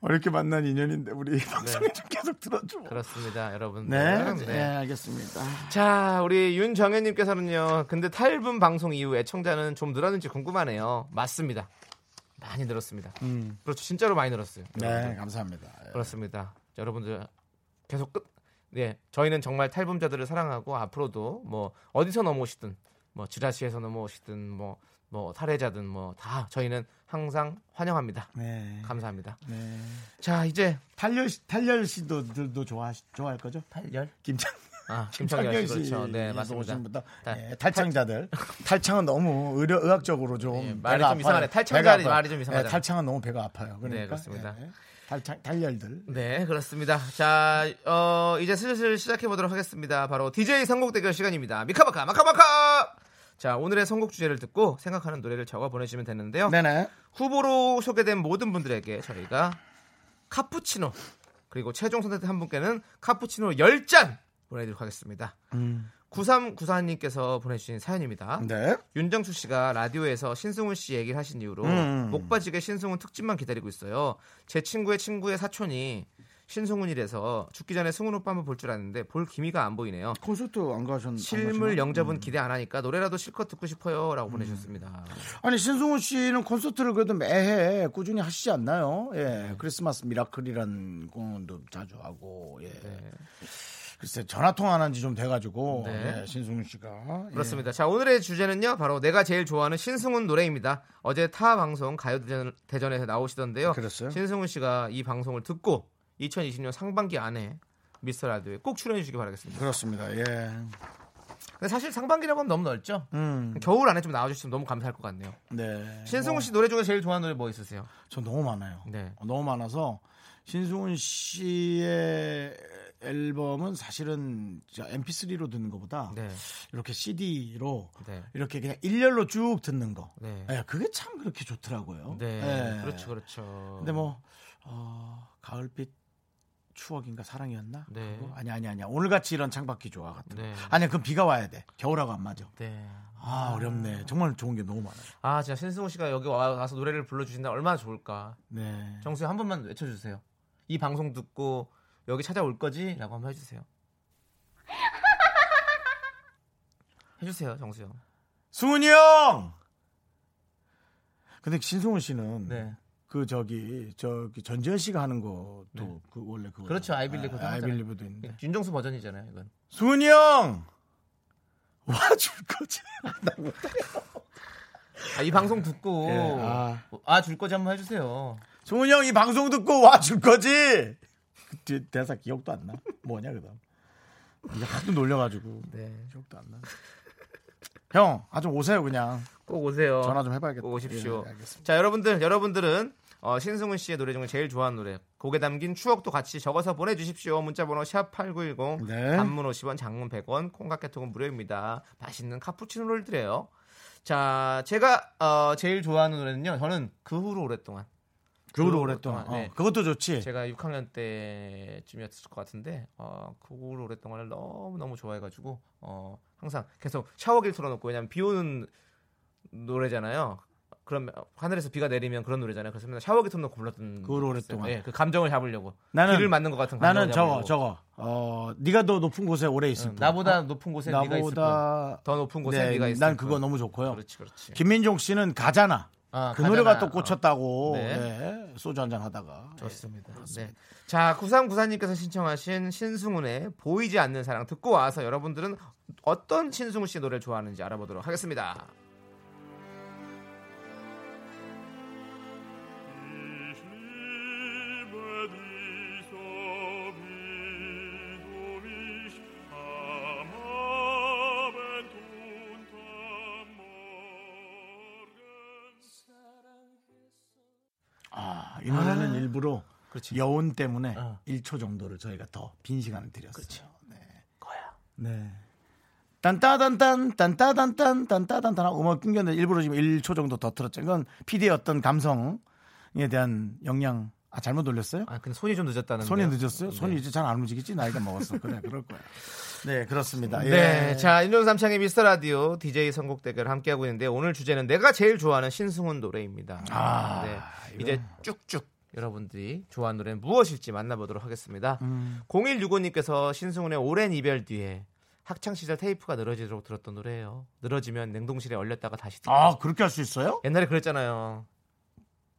[SPEAKER 1] 어렵게 만난 인연인데 우리 방송에 좀 계속 들어줘.
[SPEAKER 2] 네. 그렇습니다, 여러분.
[SPEAKER 1] 네, 네.
[SPEAKER 2] 예.
[SPEAKER 1] 알겠습니다.
[SPEAKER 2] 자, 우리 윤정현님께서는요. 근데 타일분 방송 이후 애청자는 좀 늘었는지 궁금하네요. 맞습니다. 많이 늘었습니다. 그렇죠, 진짜로 많이 늘었어요.
[SPEAKER 1] 네, 감사합니다. 예.
[SPEAKER 2] 그렇습니다. 여러분들 계속 끝. 네, 저희는 정말 탈북자들을 사랑하고 앞으로도 뭐 어디서 넘어오시든 뭐 지라시에서 넘어오시든 뭐, 뭐 탈해자든 뭐 다 저희는 항상 환영합니다.
[SPEAKER 1] 네.
[SPEAKER 2] 감사합니다.
[SPEAKER 1] 네.
[SPEAKER 2] 자, 이제
[SPEAKER 1] 탈열 씨, 탈열 씨도들도 좋아 좋아할 거죠? 탈열? 김창
[SPEAKER 2] 아, 김창렬 씨
[SPEAKER 1] 씨
[SPEAKER 2] 그렇죠. 네,
[SPEAKER 1] 정도
[SPEAKER 2] 맞습니다. 네.
[SPEAKER 1] 오신 분도,
[SPEAKER 2] 탈-
[SPEAKER 1] 예, 탈창자들. 탈창은 너무 의료 의학적으로 좀
[SPEAKER 2] 예,
[SPEAKER 1] 배가
[SPEAKER 2] 말이 좀
[SPEAKER 1] 아파요.
[SPEAKER 2] 이상하네. 탈창자들이
[SPEAKER 1] 배가 아파요.
[SPEAKER 2] 말이 좀 이상하잖아요.
[SPEAKER 1] 예, 탈창은 너무 배가 아파요. 그러니까.
[SPEAKER 2] 네, 그렇습니다.
[SPEAKER 1] 예, 예. 탈창 탈열들.
[SPEAKER 2] 네, 그렇습니다. 자, 어, 이제 슬슬 시작해 보도록 하겠습니다. 바로 DJ 선곡 대결 시간입니다. 미카마카 마카마카. 자, 오늘의 선곡 주제를 듣고 생각하는 노래를 적어 보내주시면 되는데요.
[SPEAKER 1] 네네.
[SPEAKER 2] 후보로 소개된 모든 분들에게 저희가 카푸치노 그리고 최종 선택된 한 분께는 카푸치노 10잔 보내드리도록 하겠습니다. 9394님께서 보내주신 사연입니다.
[SPEAKER 1] 네.
[SPEAKER 2] 윤정수 씨가 라디오에서 신승훈 씨 얘기를 하신 이후로 목 빠지게 신승훈 특집만 기다리고 있어요. 제 친구의 친구의 사촌이 신승훈이래서 죽기 전에 승훈 오빠 한번 볼 줄 알았는데 볼 기미가 음, 안 음. 보이네요.
[SPEAKER 1] 콘서트 안 가셨나요?
[SPEAKER 2] 실물 영자분 기대 안 하니까 노래라도 실컷 듣고 싶어요라고 보내주셨습니다.
[SPEAKER 1] 아니 신승훈 씨는 콘서트를 그래도 매해 꾸준히 하시지 않나요? 예,
[SPEAKER 2] 네.
[SPEAKER 1] 크리스마스 미라클이라는 공연도 자주 하고 예. 글쎄 전화 통화 안 한 지 좀 돼가지고
[SPEAKER 2] 네.
[SPEAKER 1] 예, 신승훈 씨가 예.
[SPEAKER 2] 그렇습니다. 자 오늘의 주제는요 바로 내가 제일 좋아하는 신승훈 노래입니다. 어제 타 방송 가요 대전, 에서 나오시던데요.
[SPEAKER 1] 아, 그랬어요?
[SPEAKER 2] 신승훈 씨가 이 방송을 듣고 2020년 상반기 안에 미스터 라디오에 꼭 출연해 주시기 바라겠습니다.
[SPEAKER 1] 그렇습니다. 예,
[SPEAKER 2] 근데 사실 상반기라고 하면 너무 넓죠.
[SPEAKER 1] 음,
[SPEAKER 2] 겨울 안에 좀 나와주시면 너무 감사할 것 같네요.
[SPEAKER 1] 네.
[SPEAKER 2] 신승훈 씨 노래 중에 제일 좋아하는 노래 뭐 있으세요?
[SPEAKER 1] 저 어, 너무 많아요.
[SPEAKER 2] 네.
[SPEAKER 1] 너무 많아서 신승훈 씨의 앨범은 사실은 진짜 MP3로 듣는 것보다
[SPEAKER 2] 네.
[SPEAKER 1] 이렇게 CD로
[SPEAKER 2] 네.
[SPEAKER 1] 이렇게 그냥 일렬로 쭉 듣는 거.
[SPEAKER 2] 네.
[SPEAKER 1] 예, 그게 참 그렇게 좋더라고요.
[SPEAKER 2] 네.
[SPEAKER 1] 예.
[SPEAKER 2] 그렇죠, 그렇죠.
[SPEAKER 1] 근데 뭐 어, 가을빛 추억인가 사랑이었나?
[SPEAKER 2] 네.
[SPEAKER 1] 그거? 아니 아니 아니야. 오늘같이 이런 창밖이 좋아 같은. 거.
[SPEAKER 2] 네.
[SPEAKER 1] 아니 그럼 비가 와야 돼. 겨울하고 안 맞아.
[SPEAKER 2] 네.
[SPEAKER 1] 아 어렵네. 정말 좋은 게 너무 많아요.
[SPEAKER 2] 아, 진짜 신승우 씨가 여기 와- 와서 노래를 불러주신다 얼마나 좋을까.
[SPEAKER 1] 네.
[SPEAKER 2] 정수야 한 번만 외쳐주세요. 이 방송 듣고 여기 찾아올 거지라고 한번 해주세요. 해주세요, 정수 형.
[SPEAKER 1] 승훈이 형. 근데 신승훈 씨는
[SPEAKER 2] 네.
[SPEAKER 1] 그 저기 저기 전지현 씨가 하는 것도 그 원래 그거
[SPEAKER 2] 네. 그렇죠, I Believe 그거
[SPEAKER 1] 아,
[SPEAKER 2] 하잖아요. 예.
[SPEAKER 1] 아이빌리브도 있는데
[SPEAKER 2] 윤정수 버전이잖아요, 이건.
[SPEAKER 1] 승훈이 형 와줄 거지
[SPEAKER 2] 아, 이 방송 듣고
[SPEAKER 1] 예, 아.
[SPEAKER 2] 아 줄 거지 한번 해주세요.
[SPEAKER 1] 승훈이 형 이 방송 듣고 와줄 거지 그 뒤- 대사 기억도 안나 뭐냐 그다음 이제 하도 놀려가지고
[SPEAKER 2] 네.
[SPEAKER 1] 기억도 안나형 아주 오세요 그냥
[SPEAKER 2] 꼭 오세요.
[SPEAKER 1] 전화 좀 해봐야겠다
[SPEAKER 2] 꼭 어, 오십시오.
[SPEAKER 1] 예, 알겠습니다.
[SPEAKER 2] 자, 여러분들, 여러분들은 어, 신승훈 씨의 노래 중에 제일 좋아하는 노래 곡에 담긴 추억도 같이 적어서 보내주십시오. 문자번호 샵 #8910
[SPEAKER 1] 네.
[SPEAKER 2] 단문 50원, 장문 100원, 콩깍개통은 무료입니다. 맛있는 카푸치노를 드려요. 자, 제가 어, 제일 좋아하는 노래는요. 저는 그 후로 오랫동안
[SPEAKER 1] 겨울
[SPEAKER 2] 겨울
[SPEAKER 1] 오랫동안
[SPEAKER 2] 동안, 네.
[SPEAKER 1] 어, 그것도 좋지
[SPEAKER 2] 제가 6학년 때쯤이었을 것 같은데 어, 그 후로 오랫동안을 너무 너무 좋아해가지고 어, 항상 계속 샤워기를 틀어놓고 왜냐면 비 오는 노래잖아요. 그러면 하늘에서 비가 내리면 그런 노래잖아요. 그래서 맨날 샤워기 틀어놓고 불렀던
[SPEAKER 1] 그 후로
[SPEAKER 2] 노래였어요.
[SPEAKER 1] 오랫동안.
[SPEAKER 2] 예, 그 감정을 잡으려고
[SPEAKER 1] 나는-
[SPEAKER 2] 비를 맞는 것 같은 감정을
[SPEAKER 1] 나는 저거
[SPEAKER 2] 잡으려고.
[SPEAKER 1] 저거 어 네가 더 높은 곳에 오래 있을
[SPEAKER 2] 응,
[SPEAKER 1] 뿐
[SPEAKER 2] 나보다
[SPEAKER 1] 어?
[SPEAKER 2] 높은 곳에 네가 있을 뿐.
[SPEAKER 1] 나보다
[SPEAKER 2] 더 높은 곳에 네가 있을
[SPEAKER 1] 난 그거
[SPEAKER 2] 뿐.
[SPEAKER 1] 너무 좋고요.
[SPEAKER 2] 그렇지 그렇지.
[SPEAKER 1] 김민종 씨는 가잖아.
[SPEAKER 2] 아,
[SPEAKER 1] 그
[SPEAKER 2] 가잖아.
[SPEAKER 1] 노래가 또 꽂혔다고
[SPEAKER 2] 어. 네.
[SPEAKER 1] 네, 소주 한잔 하다가
[SPEAKER 2] 좋습니다. 네. 자, 9394님께서 신청하신 신승훈의 보이지 않는 사랑 듣고 와서 여러분들은 어떤 신승훈 씨 노래를 좋아하는지 알아보도록 하겠습니다.
[SPEAKER 1] 아, 이 노래는 일부러
[SPEAKER 2] 그렇지.
[SPEAKER 1] 여운 때문에
[SPEAKER 2] 어. 그렇죠.
[SPEAKER 1] 1초 정도를 저희가 더 빈 시간을 드렸어요. 네. 거야. 네. 딴따단딴 딴따단딴 딴따단딴 하고 음악 끊겼는데 일부러 지금 1초 정도 더 틀었죠. 이건 PD의 어떤 감성에 대한 영향 아 잘못 올렸어요?
[SPEAKER 2] 아, 네. 근데 손이 좀 늦었다는
[SPEAKER 1] 손이 늦었어요? 손이 이제 잘 안 움직이지? 나이가 먹었어. 그래, 그럴 거야. 네, 그렇습니다. 예.
[SPEAKER 2] 네, 자 윤종삼창의 미스터 라디오 DJ 선곡 대결 함께하고 있는데 오늘 주제는 내가 제일 좋아하는 신승훈 노래입니다.
[SPEAKER 1] 아,
[SPEAKER 2] 네,
[SPEAKER 1] 이거.
[SPEAKER 2] 이제 쭉쭉 여러분들이 좋아하는 노래는 무엇일지 만나보도록 하겠습니다.
[SPEAKER 1] 음.
[SPEAKER 2] 0165님께서 신승훈의 오랜 이별 뒤에 학창 시절 테이프가 늘어지도록 들었던 노래예요. 늘어지면 냉동실에 얼렸다가 다시 듣고
[SPEAKER 1] 아, 그렇게 할 수 있어요?
[SPEAKER 2] 옛날에 그랬잖아요.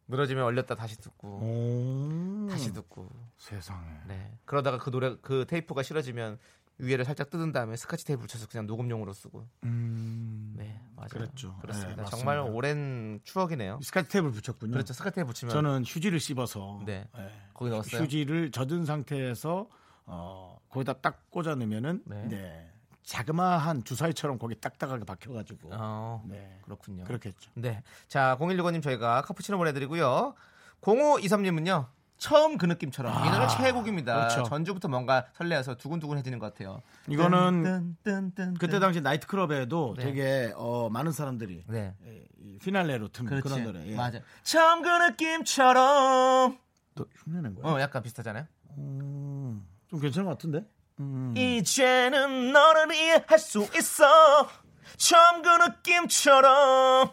[SPEAKER 2] 늘어지면 얼렸다 다시 듣고
[SPEAKER 1] 오,
[SPEAKER 2] 다시 듣고
[SPEAKER 1] 세상에.
[SPEAKER 2] 네 그러다가 그 노래 그 테이프가 싫어지면 위에를 살짝 뜯은 다음에 스카치 테이프를 쳐서 그냥 녹음용으로 쓰고
[SPEAKER 1] 음,
[SPEAKER 2] 네, 맞아요.
[SPEAKER 1] 그랬죠.
[SPEAKER 2] 그렇습니다.
[SPEAKER 1] 네,
[SPEAKER 2] 정말
[SPEAKER 1] 맞습니다.
[SPEAKER 2] 오랜 추억이네요.
[SPEAKER 1] 스카치 테이프를 붙였군요.
[SPEAKER 2] 그렇죠. 스카트에 붙이면
[SPEAKER 1] 저는 휴지를 씹어서
[SPEAKER 2] 네.
[SPEAKER 1] 예,
[SPEAKER 2] 거기 넣었어요.
[SPEAKER 1] 휴지를 젖은 상태에서 어, 거기다 딱 꽂아 넣으면은
[SPEAKER 2] 네.
[SPEAKER 1] 네. 자그마한 주사위처럼 거기 딱딱하게 박혀가지고
[SPEAKER 2] 어,
[SPEAKER 1] 네.
[SPEAKER 2] 그렇군요.
[SPEAKER 1] 그렇게 했죠.
[SPEAKER 2] 네. 자, 0165님 저희가 카푸치노 보내드리고요. 0523님은요. 처음 그 느낌처럼 이 노래 최고입니다.
[SPEAKER 1] 아, 그렇죠.
[SPEAKER 2] 전주부터 뭔가 설레어서 두근두근해지는 것 같아요.
[SPEAKER 1] 이거는
[SPEAKER 2] 뜬, 뜬, 뜬, 뜬.
[SPEAKER 1] 그때 당시 나이트클럽에도
[SPEAKER 2] 네.
[SPEAKER 1] 되게 어, 많은 사람들이
[SPEAKER 2] 네.
[SPEAKER 1] 예, 이 피날레로 튼
[SPEAKER 2] 그렇지.
[SPEAKER 1] 그런 노래. 예.
[SPEAKER 2] 맞아. 처음 그 느낌처럼.
[SPEAKER 1] 너 흉내낸 거야?
[SPEAKER 2] 어, 약간 비슷하잖아요.
[SPEAKER 1] 음, 좀 괜찮은 것 같은데? 음.
[SPEAKER 2] 이제는 너를 이해할 수 있어. 처음 그 느낌처럼.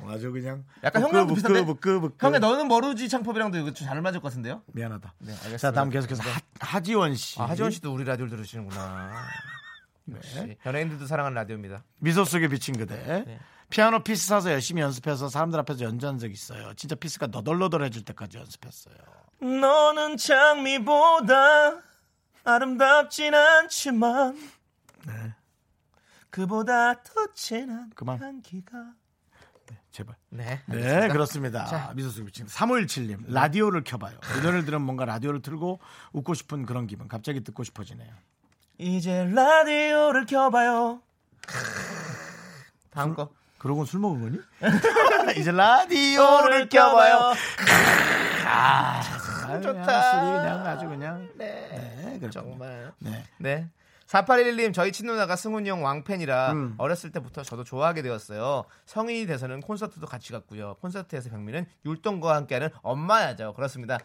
[SPEAKER 1] 어, 아주 그냥
[SPEAKER 2] 약간
[SPEAKER 1] 부끄,
[SPEAKER 2] 형이랑
[SPEAKER 1] 부끄,
[SPEAKER 2] 비슷한데?
[SPEAKER 1] 부끄, 부끄.
[SPEAKER 2] 형의 너는 모르지 창법이랑도 이거 좀잘 맞을 것 같은데요?
[SPEAKER 1] 미안하다.
[SPEAKER 2] 네, 알겠습니다.
[SPEAKER 1] 자 다음 계속해서 하, 하지원 씨.
[SPEAKER 2] 아, 하지원 씨도 우리 라디오를 들으시는구나.
[SPEAKER 1] 네.
[SPEAKER 2] 역시 연예인들도 사랑하는 라디오입니다.
[SPEAKER 1] 미소 속에 비친 그대. 피아노 피스 사서 열심히 연습해서 사람들 앞에서 연주한 적 있어요. 진짜 피스가 너덜너덜해질 때까지 연습했어요.
[SPEAKER 2] 너는 장미보다 아름답진 않지만 그보다 더 진한
[SPEAKER 1] 네. 그만.
[SPEAKER 2] 향기가
[SPEAKER 1] 제발.
[SPEAKER 2] 네.
[SPEAKER 1] 네, 그렇습니다. 미소 속에 비친 357님 라디오를 켜봐요. 이 노래를 들으면 뭔가 라디오를 틀고 웃고 싶은 그런 기분. 갑자기 듣고 싶어지네요.
[SPEAKER 2] 이제 라디오를 켜봐요. 다음 거.
[SPEAKER 1] 그러고 술 먹은 어, 거니? 이제 라디오를 켜봐요. 아,
[SPEAKER 2] 참
[SPEAKER 1] 아유,
[SPEAKER 2] 좋다.
[SPEAKER 1] 양아슬이 그냥 아주 그냥.
[SPEAKER 2] 네.
[SPEAKER 1] 그렇군요.
[SPEAKER 2] 정말.
[SPEAKER 1] 네.
[SPEAKER 2] 네. 4811님 저희 친누나가 승훈이 형 왕팬이라
[SPEAKER 1] 음.
[SPEAKER 2] 어렸을 때부터 저도 좋아하게 되었어요. 성인이 돼서는 콘서트도 같이 갔고요. 콘서트에서 병민은 율동과 함께하는 엄마야죠. 그렇습니다.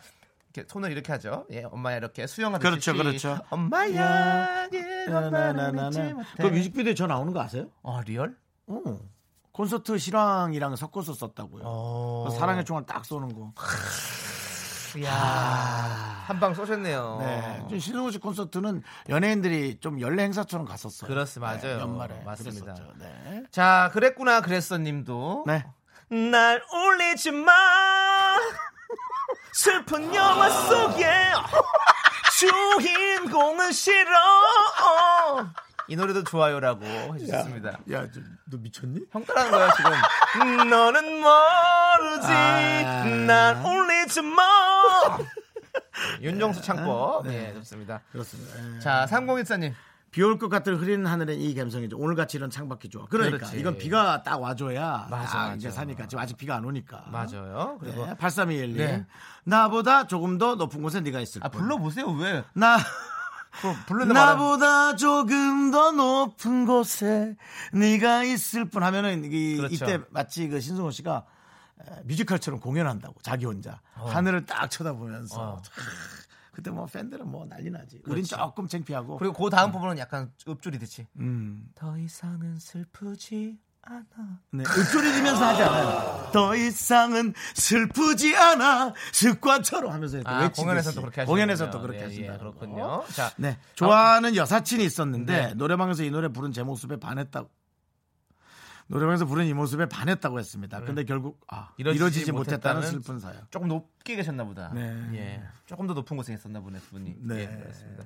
[SPEAKER 2] 이렇게 손을 이렇게 하죠. 예, 엄마야 이렇게 수영하듯이.
[SPEAKER 1] 그렇죠,
[SPEAKER 2] 시-
[SPEAKER 1] 그렇죠.
[SPEAKER 2] 엄마야,
[SPEAKER 1] 네,
[SPEAKER 2] 예, 엄마는 잊지
[SPEAKER 1] 나나나나나.
[SPEAKER 2] 못해.
[SPEAKER 1] 그 뮤직비디오에 저 나오는 거 아세요?
[SPEAKER 2] 어, 리얼?
[SPEAKER 1] 어. 콘서트 실황이랑 섞어서 썼다고요.
[SPEAKER 2] 어.
[SPEAKER 1] 그 사랑의 총알 딱 쏘는 거.
[SPEAKER 2] 이야, 한방 쏘셨네요.
[SPEAKER 1] 네. 좀 신승우 씨 콘서트는 연예인들이 좀 연례 행사처럼 갔었어요.
[SPEAKER 2] 그렇습니다.
[SPEAKER 1] 네,
[SPEAKER 2] 맞아요.
[SPEAKER 1] 연말에.
[SPEAKER 2] 맞습니다.
[SPEAKER 1] 그랬었죠. 네.
[SPEAKER 2] 자, 그랬구나, 그랬어 님도.
[SPEAKER 1] 네.
[SPEAKER 2] 날 울리지 마. 슬픈 영화 속에 주인공은 싫어. 이 노래도 좋아요라고 해주셨습니다.
[SPEAKER 1] 야, 좀, 너 미쳤니?
[SPEAKER 2] 형 따라한 거야 지금. 음, 너는 모르지.
[SPEAKER 1] 아.
[SPEAKER 2] 날 울리지 마. 윤정수 창법. 네, 좋습니다.
[SPEAKER 1] 그렇습니다. 예.
[SPEAKER 2] 자, 3014님.
[SPEAKER 1] 비 올 것 같은 흐린 하늘엔 이 감성이죠. 오늘같이 이런 창밖이 좋아. 그러니까
[SPEAKER 2] 그렇지.
[SPEAKER 1] 이건 비가 딱 와줘야
[SPEAKER 2] 맞아,
[SPEAKER 1] 딱
[SPEAKER 2] 맞아.
[SPEAKER 1] 이제 사니까 지금 아직 비가 안 오니까.
[SPEAKER 2] 맞아요. 그리고
[SPEAKER 1] 네, 8321님.
[SPEAKER 2] 네.
[SPEAKER 1] 나보다 조금 더 높은 곳에 네가 있을
[SPEAKER 2] 아
[SPEAKER 1] 거야.
[SPEAKER 2] 불러보세요 왜?
[SPEAKER 1] 나
[SPEAKER 2] 불러
[SPEAKER 1] 나보다 조금 더 높은 곳에 네가 있을 뿐 하면은 이,
[SPEAKER 2] 그렇죠.
[SPEAKER 1] 이때 마치 그 신승호 씨가 에, 뮤지컬처럼 공연한다고 자기 혼자 하늘을 딱 쳐다보면서
[SPEAKER 2] 어. 그렇죠.
[SPEAKER 1] 참, 그때 뭐 팬들은 뭐 난리 나지. 우린 조금 창피하고
[SPEAKER 2] 그리고 그 다음 부분은 약간 읍조리듯이
[SPEAKER 1] 음.
[SPEAKER 2] 더 이상은 슬프지 않아
[SPEAKER 1] 네. 읊조리면서 하지 않아요. 더 이상은 슬프지 않아 습관처럼 하면서 이렇게
[SPEAKER 2] 아,
[SPEAKER 1] 외치듯이.
[SPEAKER 2] 공연에서도 그렇게 하시는
[SPEAKER 1] 공연에서 또 그렇게
[SPEAKER 2] 예,
[SPEAKER 1] 하신다.
[SPEAKER 2] 예, 그렇군요 네. 자
[SPEAKER 1] 네. 좋아하는 여사친이 있었는데 노래방에서 이 노래 부른 제 모습에 반했다고. 노래방에서 부른 이 모습에 반했다고 했습니다. 근데 결국 아, 이루어지지,
[SPEAKER 2] 음. 이루어지지
[SPEAKER 1] 못했다는
[SPEAKER 2] 못했다는
[SPEAKER 1] 슬픈 사연.
[SPEAKER 2] 조금 높게 계셨나 보다
[SPEAKER 1] 네.
[SPEAKER 2] 예 조금 더 높은 곳에 계셨나 보네 분이
[SPEAKER 1] 네.
[SPEAKER 2] 예, 그렇습니다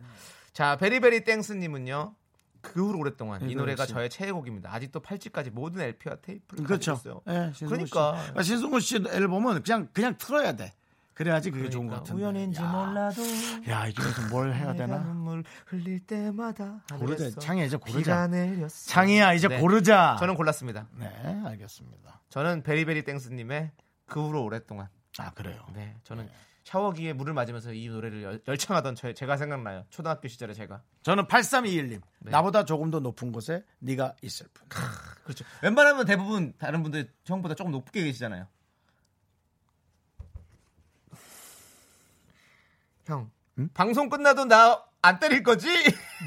[SPEAKER 2] 자 베리베리 땡스님은요 그 후로 오랫동안 이
[SPEAKER 1] 네,
[SPEAKER 2] 노래가
[SPEAKER 1] 그렇지.
[SPEAKER 2] 저의 최애곡입니다 아직도 팔찌까지 모든 LP와 테이프를
[SPEAKER 1] 그렇죠.
[SPEAKER 2] 가지고 있어요
[SPEAKER 1] 예, 신승우 씨.
[SPEAKER 2] 그러니까.
[SPEAKER 1] 그러니까 신승우 씨 앨범은 그냥 그냥 틀어야 돼. 그래야지 그게 좋은 것
[SPEAKER 2] 그러니까
[SPEAKER 1] 같은데.
[SPEAKER 2] 우연인지
[SPEAKER 1] 야,
[SPEAKER 2] 몰라도
[SPEAKER 1] 야, 이게 뭘 해야
[SPEAKER 2] 내가
[SPEAKER 1] 되나?
[SPEAKER 2] 눈물 흘릴 때마다
[SPEAKER 1] 고르자.
[SPEAKER 2] 하늘에서
[SPEAKER 1] 창이야, 이제
[SPEAKER 2] 비가
[SPEAKER 1] 고르자.
[SPEAKER 2] 내렸어
[SPEAKER 1] 창이야, 이제
[SPEAKER 2] 네.
[SPEAKER 1] 고르자.
[SPEAKER 2] 저는 골랐습니다
[SPEAKER 1] 네, 알겠습니다.
[SPEAKER 2] 저는 베리베리 땡스님의 그 후로 오랫동안
[SPEAKER 1] 아, 그래요.
[SPEAKER 2] 네, 저는 샤워기에 물을 맞으면서 이 노래를 열- 열창하던 저, 제가 생각나요. 초등학교 시절에 제가.
[SPEAKER 1] 저는 8321님.
[SPEAKER 2] 네.
[SPEAKER 1] 나보다 조금 더 높은 곳에 네가 있을 뿐.
[SPEAKER 2] 그렇죠. 웬만하면 대부분 다른 분들 형보다 조금 높게 계시잖아요. 형, 방송 끝나도 나 안 때릴 거지?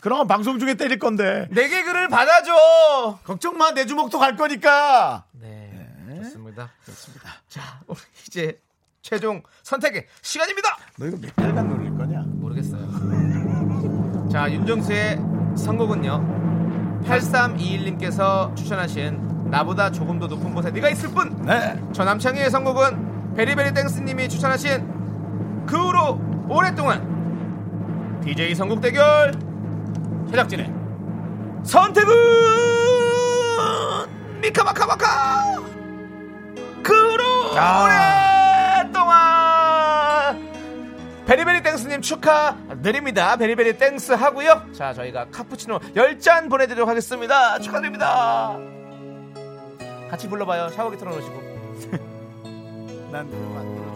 [SPEAKER 1] 그런 건 방송 중에 때릴 건데.
[SPEAKER 2] 내 개그를 받아줘.
[SPEAKER 1] 걱정 마, 내 주먹도 갈 거니까.
[SPEAKER 2] 네, 좋습니다. 좋습니다. 자, 우리 이제 최종 선택의 시간입니다.
[SPEAKER 1] 너 이거 몇 달간 놀릴 거냐?
[SPEAKER 2] 모르겠어요. 자, 윤정수의 선곡은요. 8321님께서 추천하신 나보다 조금 더 높은 곳에 네가 있을 뿐.
[SPEAKER 1] 네.
[SPEAKER 2] 저 남창희의 선곡은 베리베리 땡스님이 추천하신 그 후로 오랫동안 DJ 선곡 대결 제작진의 선택은 미카마카마카 그 후로 오랫동안 베리베리 땡스님 축하드립니다. 베리베리 땡스 하고요. 자, 저희가 카푸치노 10잔 보내드리도록 하겠습니다. 축하드립니다. 같이 불러봐요. 샤워기 틀어놓으시고.
[SPEAKER 1] 난 그만 놀아줘.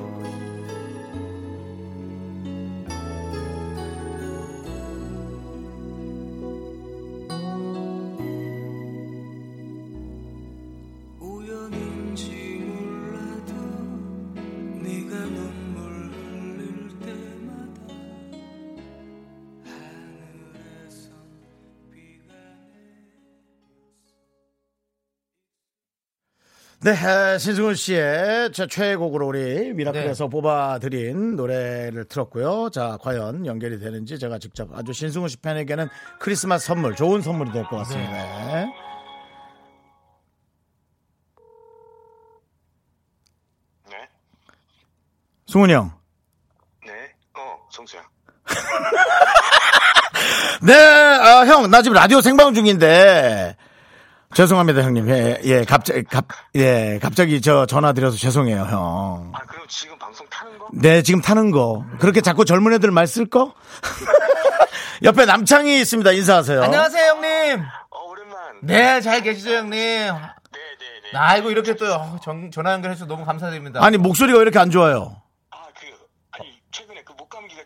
[SPEAKER 1] 네, 에, 신승훈 씨의 제 최애곡으로 우리 미라클에서
[SPEAKER 2] 네.
[SPEAKER 1] 뽑아드린 노래를 틀었고요. 자, 과연 연결이 되는지 제가 직접 아주 신승훈 씨 팬에게는 크리스마스 선물, 좋은 선물이 될 것 같습니다. 네.
[SPEAKER 6] 네?
[SPEAKER 1] 승훈이 형.
[SPEAKER 6] 네? 어, 성수야.
[SPEAKER 1] 네, 아, 형, 나 지금 라디오 생방 중인데. 죄송합니다, 형님. 예, 예, 갑자기, 갑, 예, 갑자기 저 전화 드려서 죄송해요, 형.
[SPEAKER 6] 아, 그럼 지금 방송 타는 거?
[SPEAKER 1] 네, 지금 타는 거. 그렇게 자꾸 젊은 애들 말 쓸 거? 옆에 남창이 있습니다. 인사하세요.
[SPEAKER 2] 안녕하세요, 형님.
[SPEAKER 6] 어, 오랜만.
[SPEAKER 2] 네, 잘 계시죠, 형님.
[SPEAKER 6] 네, 네, 네.
[SPEAKER 2] 아이고, 이렇게 또 어, 전- 전화 연결해서 너무 감사드립니다.
[SPEAKER 1] 아니, 목소리가 왜 이렇게 안 좋아요?
[SPEAKER 6] 아, 그, 아니,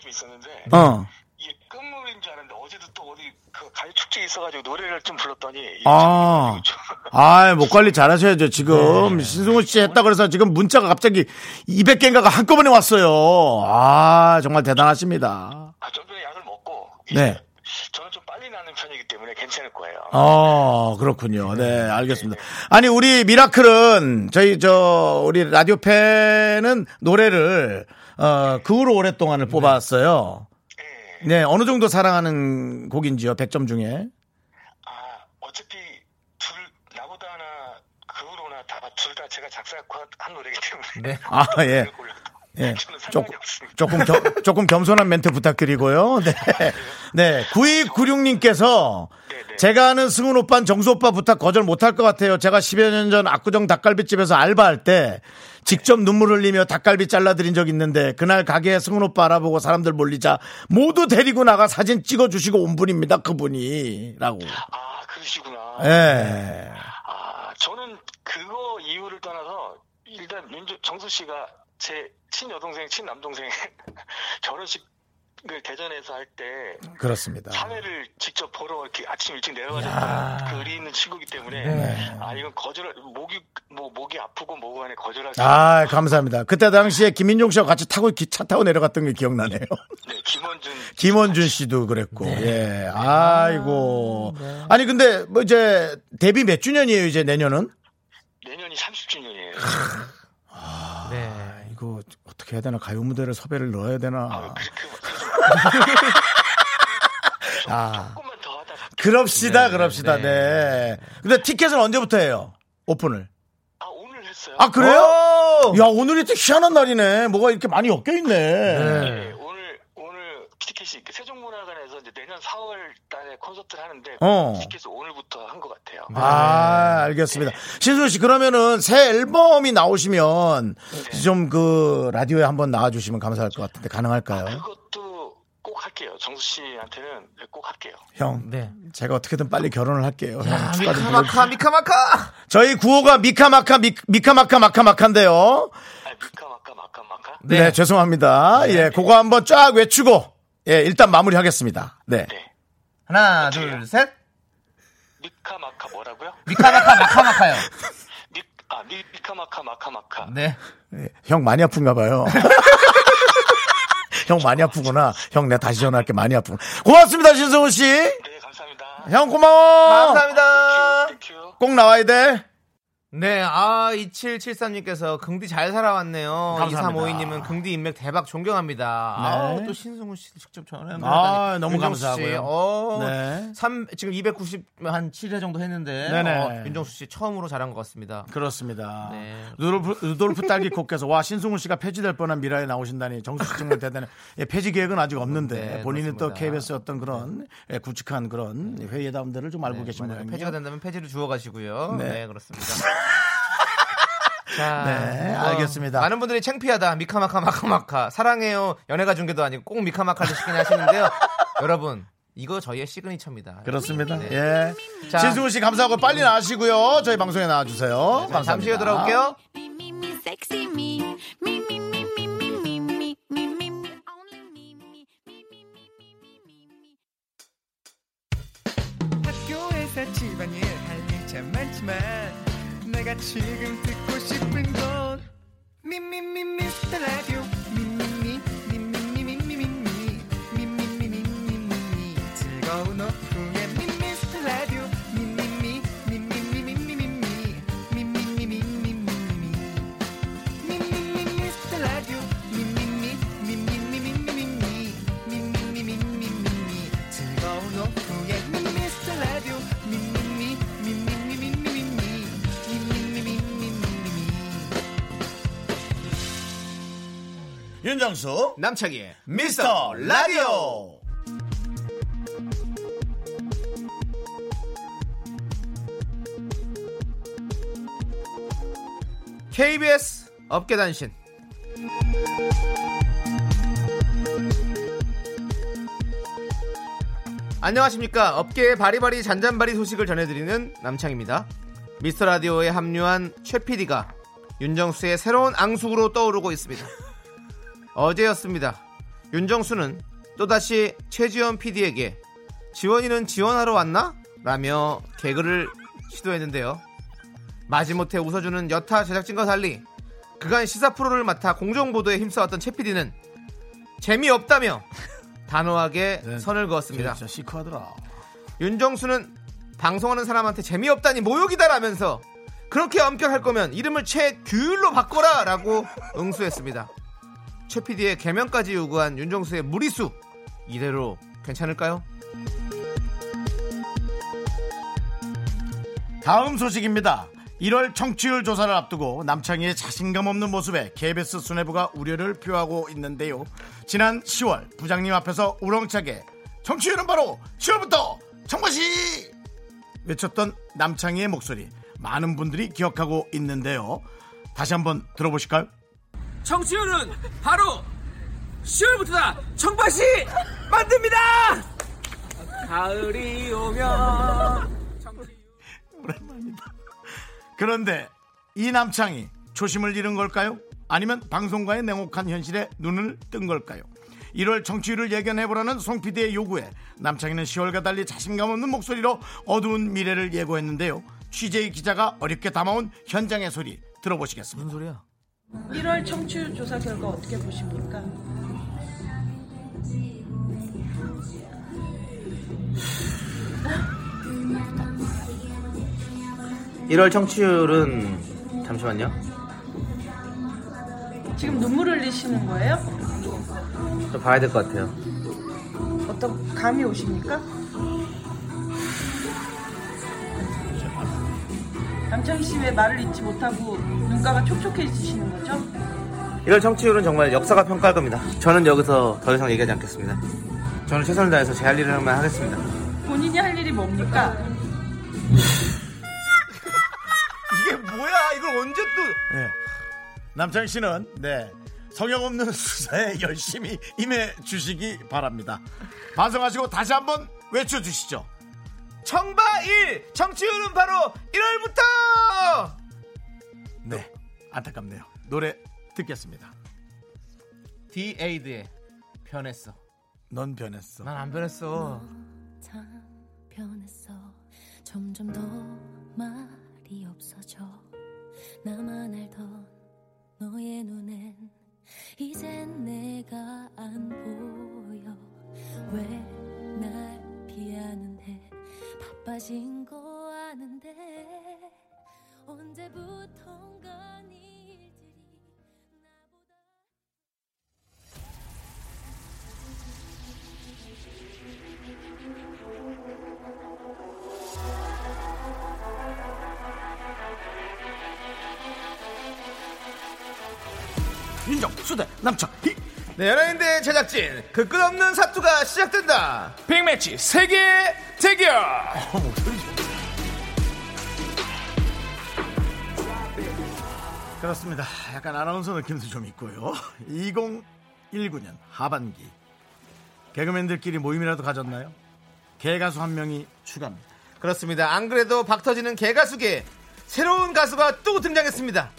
[SPEAKER 6] 있었는데
[SPEAKER 1] 어.
[SPEAKER 6] 이게 끝물인 줄 알았는데 어제도 또 어디 그 가요 축제 있어가지고 노래를 좀 불렀더니 이게
[SPEAKER 1] 아. 아, 목 관리 잘하셔야죠. 지금 신승훈 씨 했다 그래서 지금 문자가 갑자기 200개인가가 한꺼번에 왔어요. 아, 정말 대단하십니다.
[SPEAKER 6] 아, 좀 전에 약을 먹고
[SPEAKER 1] 네.
[SPEAKER 6] 저는 좀 빨리 나는 편이기 때문에 괜찮을 거예요.
[SPEAKER 1] 어, 그렇군요. 네, 알겠습니다. 아니, 우리 미라클은 저희 저 우리 라디오 팬은 노래를 어, 그 후로 오랫동안을 뽑았어요.
[SPEAKER 6] 예.
[SPEAKER 1] 네, 어느 정도 사랑하는 곡인지요? 100점 중에.
[SPEAKER 6] 아 어차피 둘 나보다 하나 그로나 다둘 다 제가 작사한 노래이기 때문에
[SPEAKER 2] 네.
[SPEAKER 1] 아, 예. 예.
[SPEAKER 6] 예. 저는 상관이
[SPEAKER 1] 조금,
[SPEAKER 6] 없습니다.
[SPEAKER 1] 조금, 겸, 조금 겸손한 멘트 부탁드리고요. 네. 네. 9296님께서
[SPEAKER 6] 네네.
[SPEAKER 1] 제가 아는 승훈 오빠는 정수 오빠 부탁 거절 못할 것 같아요. 제가 10여 년 전 압구정 닭갈비집에서 알바할 때 직접 눈물 흘리며 닭갈비 잘라드린 적 있는데 그날 가게에 승훈 오빠 알아보고 사람들 몰리자 모두 데리고 나가 사진 찍어주시고 온 분입니다. 그분이. 라고.
[SPEAKER 6] 아 그러시구나.
[SPEAKER 1] 예.
[SPEAKER 6] 아 저는 그거 이유를 떠나서 일단 윤주 정수 씨가 제 친여동생 친남동생 결혼식을 대전에서 할 때
[SPEAKER 1] 아. 그렇습니다.
[SPEAKER 6] 사회를 직접 보러 이렇게 아침 일찍 내려가서 글이 있는 친구기 때문에
[SPEAKER 1] 네.
[SPEAKER 6] 아 이건 거절 목이 뭐 목이 아프고 뭐고 간에 거절할 수
[SPEAKER 1] 아, 감사합니다. 그때 당시에 김민종 씨와 같이 타고 기- 차 타고 내려갔던 게 기억나네요.
[SPEAKER 6] 네, 김원준
[SPEAKER 1] 김원준 씨도 그랬고. 예. 아이고. 아니 근데 뭐 이제 데뷔 몇 주년이에요, 이제 내년은?
[SPEAKER 6] 내년이 30주년이에요.
[SPEAKER 1] 아, 이거 어떻게 해야 되나? 가요 무대를 섭외를 넣어야 되나?
[SPEAKER 6] 그렇게
[SPEAKER 1] 아.
[SPEAKER 6] 조금만 더 하다 가
[SPEAKER 1] 그럽시다. 그럽시다. 네. 근데 티켓은 언제부터 해요? 오픈을.
[SPEAKER 6] 아 오늘 했어요.
[SPEAKER 1] 아, 그래요? 야, 오늘이 또 희한한 날이네. 뭐가 이렇게 많이 엮여 있네.
[SPEAKER 6] 네, 오늘 오늘 티켓이 그 세종문화관에서 이제 내년 4월 달에 콘서트를 하는데
[SPEAKER 1] 어.
[SPEAKER 6] 티켓을 오늘부터 한 것 같아요.
[SPEAKER 1] 아, 알겠습니다. 신수 씨, 그러면은 새 앨범이 나오시면
[SPEAKER 6] 네.
[SPEAKER 1] 좀 그 라디오에 한번 나와주시면 감사할 것 같은데 가능할까요?
[SPEAKER 6] 그것도 꼭 할게요. 정수 씨한테는 네, 꼭 할게요.
[SPEAKER 1] 형,
[SPEAKER 2] 네.
[SPEAKER 1] 제가 어떻게든 빨리 결혼을 할게요. 형, 축하 좀 불러-
[SPEAKER 2] 미카마카 미카마카.
[SPEAKER 1] 저희 구호가 미카마카, 미, 미카마카, 마카마카인데요.
[SPEAKER 6] 아 미카 마카 마카 마카.
[SPEAKER 1] 네, 죄송합니다. 예, 그거 한번 쫙 외치고, 예, 일단 마무리하겠습니다. 네.
[SPEAKER 6] 네.
[SPEAKER 2] 하나 둘 셋.
[SPEAKER 6] 미카 마카 뭐라고요?
[SPEAKER 2] 미카마카 마카마카요.
[SPEAKER 6] 미아 미카 마카 마카 마카.
[SPEAKER 2] 네.
[SPEAKER 1] 예, 형 많이 아픈가 봐요. 형 많이 아프구나. 형, 내가 다시 전화할게. 많이 아프구나. 고맙습니다, 신성훈 씨.
[SPEAKER 6] 네 감사합니다.
[SPEAKER 1] 형, 고마워.
[SPEAKER 2] 어. 감사합니다.
[SPEAKER 6] 땡큐.
[SPEAKER 1] 꼭 나와야 돼.
[SPEAKER 2] 네, 아, 2773님께서 긍디 잘 살아왔네요.
[SPEAKER 1] 감사합니다.
[SPEAKER 2] 2352님은 긍디 인맥 대박 존경합니다.
[SPEAKER 1] 네.
[SPEAKER 2] 아우, 또 신승훈 씨도 직접 전화
[SPEAKER 1] 아,
[SPEAKER 2] 연결하다니.
[SPEAKER 1] 너무
[SPEAKER 2] 윤정수
[SPEAKER 1] 감사하고요.
[SPEAKER 2] 씨, 어,
[SPEAKER 1] 네.
[SPEAKER 2] 삼- 지금 290한 7회 정도 했는데
[SPEAKER 1] 네네.
[SPEAKER 2] 어, 윤정수 씨 처음으로 잘한 것 같습니다.
[SPEAKER 1] 그렇습니다.
[SPEAKER 2] 네.
[SPEAKER 1] 루돌프, 루돌프 딸기콕께서 와 신승훈 씨가 폐지될 뻔한 미라에 나오신다니 정수 씨 정말 대단해. 예, 폐지 계획은 아직 없는데
[SPEAKER 2] 네,
[SPEAKER 1] 본인은 또
[SPEAKER 2] 그렇습니다.
[SPEAKER 1] KBS 어떤 그런 예, 굵직한 그런 회의담들을 좀 알고 계신
[SPEAKER 2] 만약에
[SPEAKER 1] 모양이에요.
[SPEAKER 2] 네, 폐지가 된다면 폐지를 주워 가시고요.
[SPEAKER 1] 네.
[SPEAKER 2] 네, 그렇습니다. 자,
[SPEAKER 1] 네, 알겠습니다.
[SPEAKER 2] 많은 분들이 창피하다. 미카마카 마카마카. 사랑해요. 연애가 중계도 아니고 꼭 미카마카를 시키냐 하시는데요. 여러분, 이거 저희의 시그니처입니다.
[SPEAKER 1] 그렇습니다.
[SPEAKER 2] 네.
[SPEAKER 1] 예.
[SPEAKER 2] 자.
[SPEAKER 1] 신승훈 씨 감사하고 빨리 나와시고요. 저희 방송에 나와주세요. 감사합니다.
[SPEAKER 2] 네, 잠시 후에 돌아올게요.
[SPEAKER 4] Me, me, me, sexy me. Me, me, me, me, me, me, me, me, me, me, only me, me, me, me, me, me, me, me.
[SPEAKER 7] 학교에서 집안일 할 일 참 많지만 내가 지금 듣고 싶은 건 미미미 미스터 라디오 미미미 미미미 미미미 미미미 미미미 미미미 즐거운 오후에 미스터 라디오 미미미 미미미 미미미 미미미 미미미 미미미
[SPEAKER 1] 윤정수
[SPEAKER 2] 남창희의
[SPEAKER 1] 미스터 라디오.
[SPEAKER 2] KBS 업계단신 안녕하십니까 업계의 바리바리 잔잔바리 소식을 전해드리는 남창입니다 미스터 라디오에 합류한 최 PD가 윤정수의 새로운 앙숙으로 떠오르고 있습니다 어제였습니다 윤정수는 또다시 최지원 PD에게 지원이는 지원하러 왔나? 라며 개그를 시도했는데요. 마지못해 웃어주는 여타 제작진과 달리 그간 시사 프로를 맡아 공정보도에 힘써왔던 최 PD는 재미없다며 단호하게
[SPEAKER 1] 네.
[SPEAKER 2] 선을 그었습니다.
[SPEAKER 1] 진짜 시크하더라.
[SPEAKER 2] 윤정수는 방송하는 사람한테 재미없다니 모욕이다라면서 그렇게 엄격할 거면 이름을 최규율로 바꿔라라고 응수했습니다. 최 PD의 개명까지 요구한 윤정수의 무리수 이대로 괜찮을까요?
[SPEAKER 1] 다음 소식입니다. 1월 청취율 조사를 앞두고 남창희의 자신감 없는 모습에 KBS 수뇌부가 우려를 표하고 있는데요. 지난 10월 부장님 앞에서 우렁차게 청취율은 바로 10월부터 청바시 외쳤던 남창희의 목소리 많은 분들이 기억하고 있는데요. 다시 한번 들어보실까요?
[SPEAKER 8] 청취율은 바로 10월부터다 청바시 만듭니다 가을이 오면
[SPEAKER 1] 오랜만이다. 그런데 이 남창이 초심을 잃은 걸까요? 아니면 방송가의 냉혹한 현실에 눈을 뜬 걸까요? 1월 청취율을 예견해보라는 송 PD의 요구에 남창이는 10월과 달리 자신감 없는 목소리로 어두운 미래를 예고했는데요. 취재의 기자가 어렵게 담아온 현장의 소리 들어보시겠습니다. 무슨 소리야?
[SPEAKER 9] 1월 청취율 조사 결과 어떻게 보십니까?
[SPEAKER 2] 이럴 청취율은 잠시만요.
[SPEAKER 9] 지금 눈물 흘리시는 거예요?
[SPEAKER 2] 좀 봐야 될 것 같아요.
[SPEAKER 9] 어떤 감이 오십니까? 남창희 씨 왜 말을 잊지 못하고 눈가가 촉촉해지시는 거죠?
[SPEAKER 2] 이럴 청취율은 정말 역사가 평가할 겁니다. 저는 여기서 더 이상 얘기하지 않겠습니다. 저는 최선을 다해서 제 할 일을 하면 하겠습니다.
[SPEAKER 9] 본인이 할 일이 뭡니까?
[SPEAKER 2] 이게 뭐야? 이걸 언제 또?
[SPEAKER 1] 남창희 씨는 네 성역 없는 수사에 열심히 임해 주시기 바랍니다. 반성하시고 다시 한번 외쳐주시죠.
[SPEAKER 2] 청바 일 청취율은 바로 1월부터!
[SPEAKER 1] 네. 안타깝네요. 노래 듣겠습니다.
[SPEAKER 2] 디에이드의 변했어.
[SPEAKER 1] 넌 변했어.
[SPEAKER 2] 난 안 변했어.
[SPEAKER 4] 참 변했어 점점 더 말이 없어져 나만 알던 너의 눈엔 이젠 내가 안 보여 왜 날 피하는데 바빠진 거 아는데 언제부턴가 네 일들이 나보다
[SPEAKER 1] 인정 수대 남창희.
[SPEAKER 2] 네, 연예인대 제작진, 그 끝없는 사투가 시작된다.
[SPEAKER 8] 빅매치 세계 대결
[SPEAKER 1] 그렇습니다. 약간 아나운서 느낌도 좀 있고요. 2019년 하반기 개그맨들끼리 모임이라도 가졌나요? 개가수 한 명이 추가합니다.
[SPEAKER 2] 그렇습니다. 안 그래도 박 터지는 개가수계 새로운 가수가 또 등장했습니다.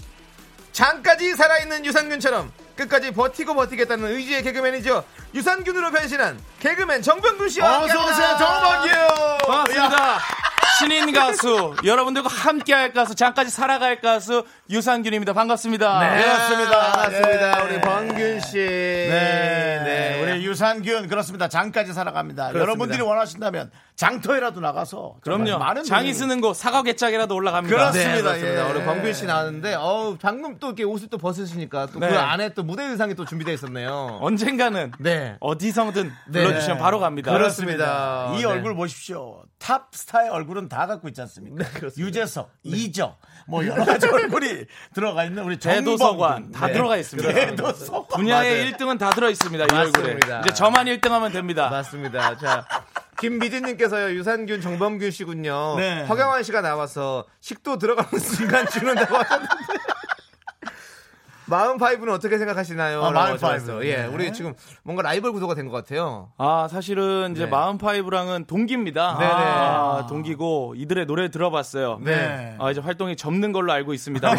[SPEAKER 2] 장까지 살아있는 유산균처럼 끝까지 버티고 버티겠다는 의지의 개그맨이죠. 유산균으로 변신한 개그맨 정병균 씨와
[SPEAKER 1] 어서 오세요, 정범규.
[SPEAKER 8] 반갑습니다 신인 가수 여러분들과 함께할 가수 잠까지 살아갈 가수 유산균입니다 반갑습니다 예.
[SPEAKER 2] 반갑습니다. 반갑습니다.
[SPEAKER 1] 네. 예.
[SPEAKER 2] 우리 범균 씨.
[SPEAKER 1] 네,
[SPEAKER 2] 네.
[SPEAKER 1] 우리 유산균 그렇습니다. 장까지 살아갑니다.
[SPEAKER 2] 그렇습니다.
[SPEAKER 1] 여러분들이 원하신다면 장터에라도 나가서 정말
[SPEAKER 8] 그럼요
[SPEAKER 1] 많은
[SPEAKER 8] 장이
[SPEAKER 1] 분들이-
[SPEAKER 8] 쓰는 거 사과개짝이라도 올라갑니다
[SPEAKER 2] 네,
[SPEAKER 1] 그렇습니다.
[SPEAKER 2] 그렇습니다.
[SPEAKER 1] 예.
[SPEAKER 2] 우리 범균 씨 나왔는데, 어우, 방금 또 이렇게 옷을 또 벗으시니까 또 그
[SPEAKER 8] 네.
[SPEAKER 2] 안에 또 무대 의상이 또 준비되어 있었네요.
[SPEAKER 8] 언젠가는
[SPEAKER 2] 네.
[SPEAKER 8] 어디서든 불러주시면 바로 갑니다
[SPEAKER 2] 그렇습니다.
[SPEAKER 1] 이
[SPEAKER 2] 네.
[SPEAKER 1] 얼굴 보십시오. 탑스타의 얼굴은 다 갖고 있지 않습니까? 유재석, 이적, 뭐 여러 가지 얼굴이 들어가 있는 우리
[SPEAKER 8] 대도서관
[SPEAKER 1] 정범군.
[SPEAKER 8] 다
[SPEAKER 1] 네.
[SPEAKER 8] 들어가 있습니다.
[SPEAKER 1] 대도서관.
[SPEAKER 8] 분야의 1등은 다 들어 있습니다. 이 얼굴에.
[SPEAKER 2] 맞습니다.
[SPEAKER 8] 이제 저만 1등하면 됩니다.
[SPEAKER 2] 맞습니다. 자. 김미진님께서요 유산균 정범균 씨군요.
[SPEAKER 1] 네.
[SPEAKER 2] 허경환 씨가 나와서 식도 들어가는 순간 죽는다고 하셨는데 마흔파이브는 어떻게 생각하시나요?
[SPEAKER 1] 아,
[SPEAKER 2] 라고
[SPEAKER 1] 마흔파이브.
[SPEAKER 2] 하셨어요. 예,
[SPEAKER 1] 네.
[SPEAKER 2] 우리 지금 뭔가 라이벌 구도가 된 것 같아요.
[SPEAKER 8] 아 사실은 이제
[SPEAKER 2] 네.
[SPEAKER 8] 마흔파이브랑은 동기입니다.
[SPEAKER 2] 네네.
[SPEAKER 8] 아, 동기고 아, 이들의 노래 들어봤어요.
[SPEAKER 1] 네.
[SPEAKER 8] 아 이제 활동이 접는 걸로 알고 있습니다.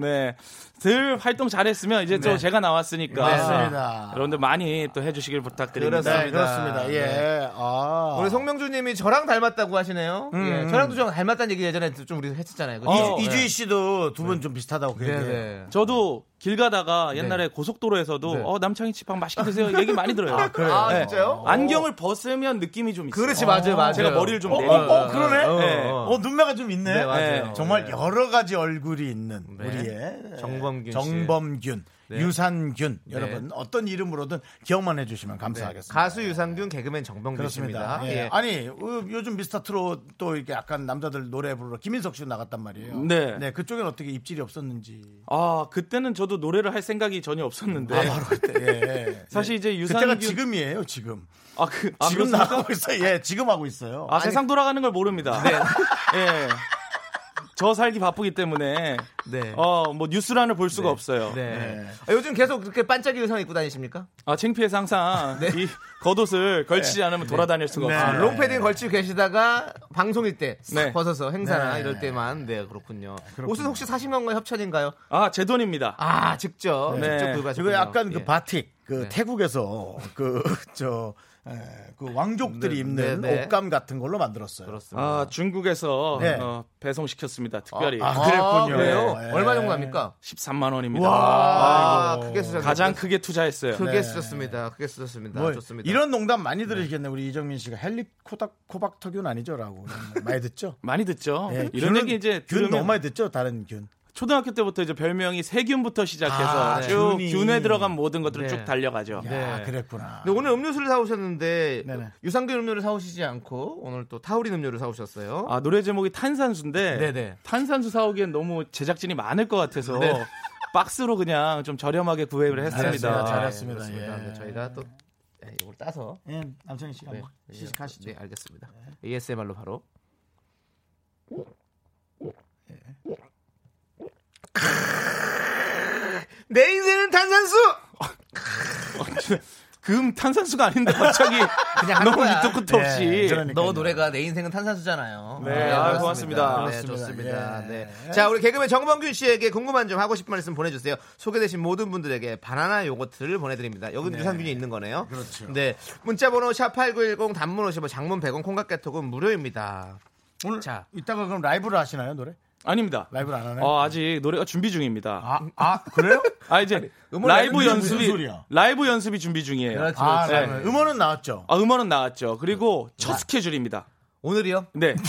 [SPEAKER 8] 네. 늘 활동 잘했으면 이제 또
[SPEAKER 1] 네.
[SPEAKER 8] 제가 나왔으니까.
[SPEAKER 1] 맞습니다.
[SPEAKER 8] 여러분들 많이 또 해주시길 부탁드립니다.
[SPEAKER 1] 네, 그렇습니다. 예. 아.
[SPEAKER 2] 우리 송명주님이 저랑 닮았다고 하시네요.
[SPEAKER 1] 음. 어.
[SPEAKER 2] 예, 저랑도 좀 닮았다는 얘기 예전에 좀 우리 했었잖아요. 그죠?
[SPEAKER 1] 이주- 이주희 씨도 두 분 좀 비슷하다고 그
[SPEAKER 2] 네,
[SPEAKER 1] 얘기해요.
[SPEAKER 2] 네.
[SPEAKER 8] 저도 길 가다가 옛날에
[SPEAKER 2] 네.
[SPEAKER 8] 고속도로에서도
[SPEAKER 2] 네.
[SPEAKER 8] 어 남창희 집밥 맛있게 드세요 얘기 많이 들어요.
[SPEAKER 1] 아, 그래요?
[SPEAKER 2] 아,
[SPEAKER 8] 네.
[SPEAKER 2] 진짜요?
[SPEAKER 8] 안경을 벗으면 느낌이 좀 있어요.
[SPEAKER 2] 그렇지, 맞아요, 맞아요.
[SPEAKER 8] 제가 머리를 좀
[SPEAKER 1] 어,
[SPEAKER 8] 내리고.
[SPEAKER 1] 어, 어, 그러네.
[SPEAKER 2] 어,
[SPEAKER 8] 네.
[SPEAKER 1] 어, 눈매가 좀 있네.
[SPEAKER 2] 네, 맞아요.
[SPEAKER 1] 네, 정말
[SPEAKER 2] 네.
[SPEAKER 1] 여러 가지 얼굴이 있는
[SPEAKER 2] 네.
[SPEAKER 1] 우리의
[SPEAKER 2] 정범균 씨.
[SPEAKER 1] 정범균,
[SPEAKER 2] 네.
[SPEAKER 1] 유산균
[SPEAKER 2] 네.
[SPEAKER 1] 여러분 어떤 이름으로든 기억만 해주시면 감사하겠습니다.
[SPEAKER 2] 가수 유산균 개그맨 정병규
[SPEAKER 1] 그렇습니다.
[SPEAKER 2] 씨입니다.
[SPEAKER 1] 예.
[SPEAKER 2] 예.
[SPEAKER 1] 아니 어, 요즘 미스터 트롯 또 이렇게 약간 남자들 노래 부르러 김인석 씨 나갔단 말이에요.
[SPEAKER 8] 네.
[SPEAKER 1] 그쪽엔 어떻게 입질이 없었는지.
[SPEAKER 8] 아 그때는 저도 노래를 할 생각이 전혀 없었는데
[SPEAKER 1] 아 바로 그때. 예.
[SPEAKER 8] 사실 이제
[SPEAKER 1] 그때가
[SPEAKER 8] 유산균
[SPEAKER 1] 지금이에요. 지금.
[SPEAKER 8] 아, 그, 아,
[SPEAKER 1] 지금
[SPEAKER 8] 그렇습니까?
[SPEAKER 1] 나가고 있어요. 네. 예, 지금 하고 있어요.
[SPEAKER 8] 아, 세상 돌아가는 걸 모릅니다. 예. 저 살기 바쁘기 때문에
[SPEAKER 2] 네.
[SPEAKER 8] 어, 뭐 뉴스란을 볼 수가 없어요.
[SPEAKER 2] 네. 아, 요즘 계속 그렇게 반짝이 의상 입고 다니십니까?
[SPEAKER 8] 아, 창피해서 항상 이 겉옷을 걸치지 않으면 돌아다닐 수가
[SPEAKER 1] 네.
[SPEAKER 2] 아,
[SPEAKER 8] 없어요.
[SPEAKER 2] 롱패딩 걸치고 계시다가 방송일 때 싹
[SPEAKER 8] 네.
[SPEAKER 2] 벗어서 행사나
[SPEAKER 1] 네.
[SPEAKER 2] 이럴 때만 네 그렇군요. 옷은 혹시 사신 건가요? 협찬인가요?
[SPEAKER 8] 아, 제 돈입니다.
[SPEAKER 2] 아 직접
[SPEAKER 8] 네.
[SPEAKER 2] 직접 구입하셨군요.
[SPEAKER 1] 그거 약간 그
[SPEAKER 2] 예.
[SPEAKER 1] 바틱 그 태국에서 그 저 그 왕족들이
[SPEAKER 2] 네,
[SPEAKER 1] 입는
[SPEAKER 2] 네, 네.
[SPEAKER 1] 옷감 같은 걸로 만들었어요.
[SPEAKER 2] 그렇습니다.
[SPEAKER 8] 아, 중국에서
[SPEAKER 1] 네.
[SPEAKER 8] 어, 배송시켰습니다. 특별히
[SPEAKER 1] 아, 그랬군요.
[SPEAKER 2] 그래요?
[SPEAKER 1] 예.
[SPEAKER 2] 얼마 정도 합니까?
[SPEAKER 8] 13만 원입니다.
[SPEAKER 1] 와.
[SPEAKER 2] 아, 크게 쓰셨
[SPEAKER 8] 가장 크게 투자했어요.
[SPEAKER 2] 크게
[SPEAKER 1] 네.
[SPEAKER 2] 쓰셨습니다. 크게 쓰셨습니다.
[SPEAKER 1] 뭐
[SPEAKER 2] 좋습니다.
[SPEAKER 1] 이런 농담 많이 들으시겠네 요 우리 이정민 씨가 헬리 코닥 코박터균 아니죠라고 많이 듣죠.
[SPEAKER 8] 많이 듣죠?
[SPEAKER 1] 예,
[SPEAKER 8] 이런
[SPEAKER 1] 균은-
[SPEAKER 8] 얘기 이제
[SPEAKER 1] 균
[SPEAKER 8] 들으면
[SPEAKER 1] 너무 많이 듣죠 다른 균.
[SPEAKER 8] 초등학교 때부터 이제 별명이 세균부터 시작해서
[SPEAKER 1] 아,
[SPEAKER 8] 쭉
[SPEAKER 1] 균이.
[SPEAKER 8] 균에 들어간 모든 것들을
[SPEAKER 2] 네.
[SPEAKER 8] 쭉 달려가죠.
[SPEAKER 1] 아 그랬구나.
[SPEAKER 2] 근데 오늘 음료수를 사오셨는데
[SPEAKER 1] 네네.
[SPEAKER 2] 유산균 음료를 사오시지 않고 오늘 또 타우린 음료를 사오셨어요.
[SPEAKER 8] 아 노래 제목이 탄산수인데
[SPEAKER 2] 네네.
[SPEAKER 8] 탄산수 사오기엔 너무 제작진이 많을 것 같아서
[SPEAKER 2] 네.
[SPEAKER 8] 박스로 그냥 좀 저렴하게 구입을
[SPEAKER 1] 잘했습니다.
[SPEAKER 8] 했습니다.
[SPEAKER 1] 잘했습니다.
[SPEAKER 2] 그렇습니다.
[SPEAKER 1] 예.
[SPEAKER 2] 근데 저희가 또 네, 이걸 따서
[SPEAKER 1] 예, 남창희 씨
[SPEAKER 2] 네.
[SPEAKER 1] 한번 시식하시죠.
[SPEAKER 2] 네, 알겠습니다. ASMR로 바로. 내 인생은 탄산수.
[SPEAKER 8] 금 탄산수가 아닌데 갑자기
[SPEAKER 2] 그냥 한
[SPEAKER 8] 너무
[SPEAKER 2] 거야.
[SPEAKER 8] 밑도 끝도
[SPEAKER 1] 네,
[SPEAKER 8] 없이
[SPEAKER 1] 그러니까요.
[SPEAKER 2] 너 노래가 내 인생은 탄산수잖아요.
[SPEAKER 8] 네, 아, 고맙습니다.
[SPEAKER 2] 네,
[SPEAKER 1] 그렇습니다.
[SPEAKER 2] 좋습니다.
[SPEAKER 1] 예.
[SPEAKER 2] 네. 자, 우리 개그맨 정범균 씨에게 궁금한 점 하고 싶은 말 있으면 보내주세요. 소개되신 모든 분들에게 바나나 요거트를 보내드립니다. 여기 는 유산균이 있는 거네요.
[SPEAKER 1] 그렇죠.
[SPEAKER 2] 네, 문자번호 샵 #8910 단문 50원, 장문 100원, 콩깍개톡은 무료입니다.
[SPEAKER 1] 오늘
[SPEAKER 2] 자.
[SPEAKER 1] 이따가 그럼 라이브를 하시나요 노래?
[SPEAKER 8] 아닙니다.
[SPEAKER 1] 라이브를 안 하나요?
[SPEAKER 8] 어, 아직 노래가 준비 중입니다.
[SPEAKER 1] 아, 아 그래요?
[SPEAKER 8] 아, 이제
[SPEAKER 1] 음원
[SPEAKER 8] 라이브
[SPEAKER 1] 라이브는 무슨
[SPEAKER 8] 연습이
[SPEAKER 1] 소리야?
[SPEAKER 8] 라이브 연습이 준비 중이에요.
[SPEAKER 2] 그렇죠,
[SPEAKER 1] 아,
[SPEAKER 8] 네.
[SPEAKER 1] 라이브. 음원은 나왔죠.
[SPEAKER 8] 아, 음원은 나왔죠. 그리고 첫 스케줄입니다.
[SPEAKER 2] 오늘이요?
[SPEAKER 8] 네.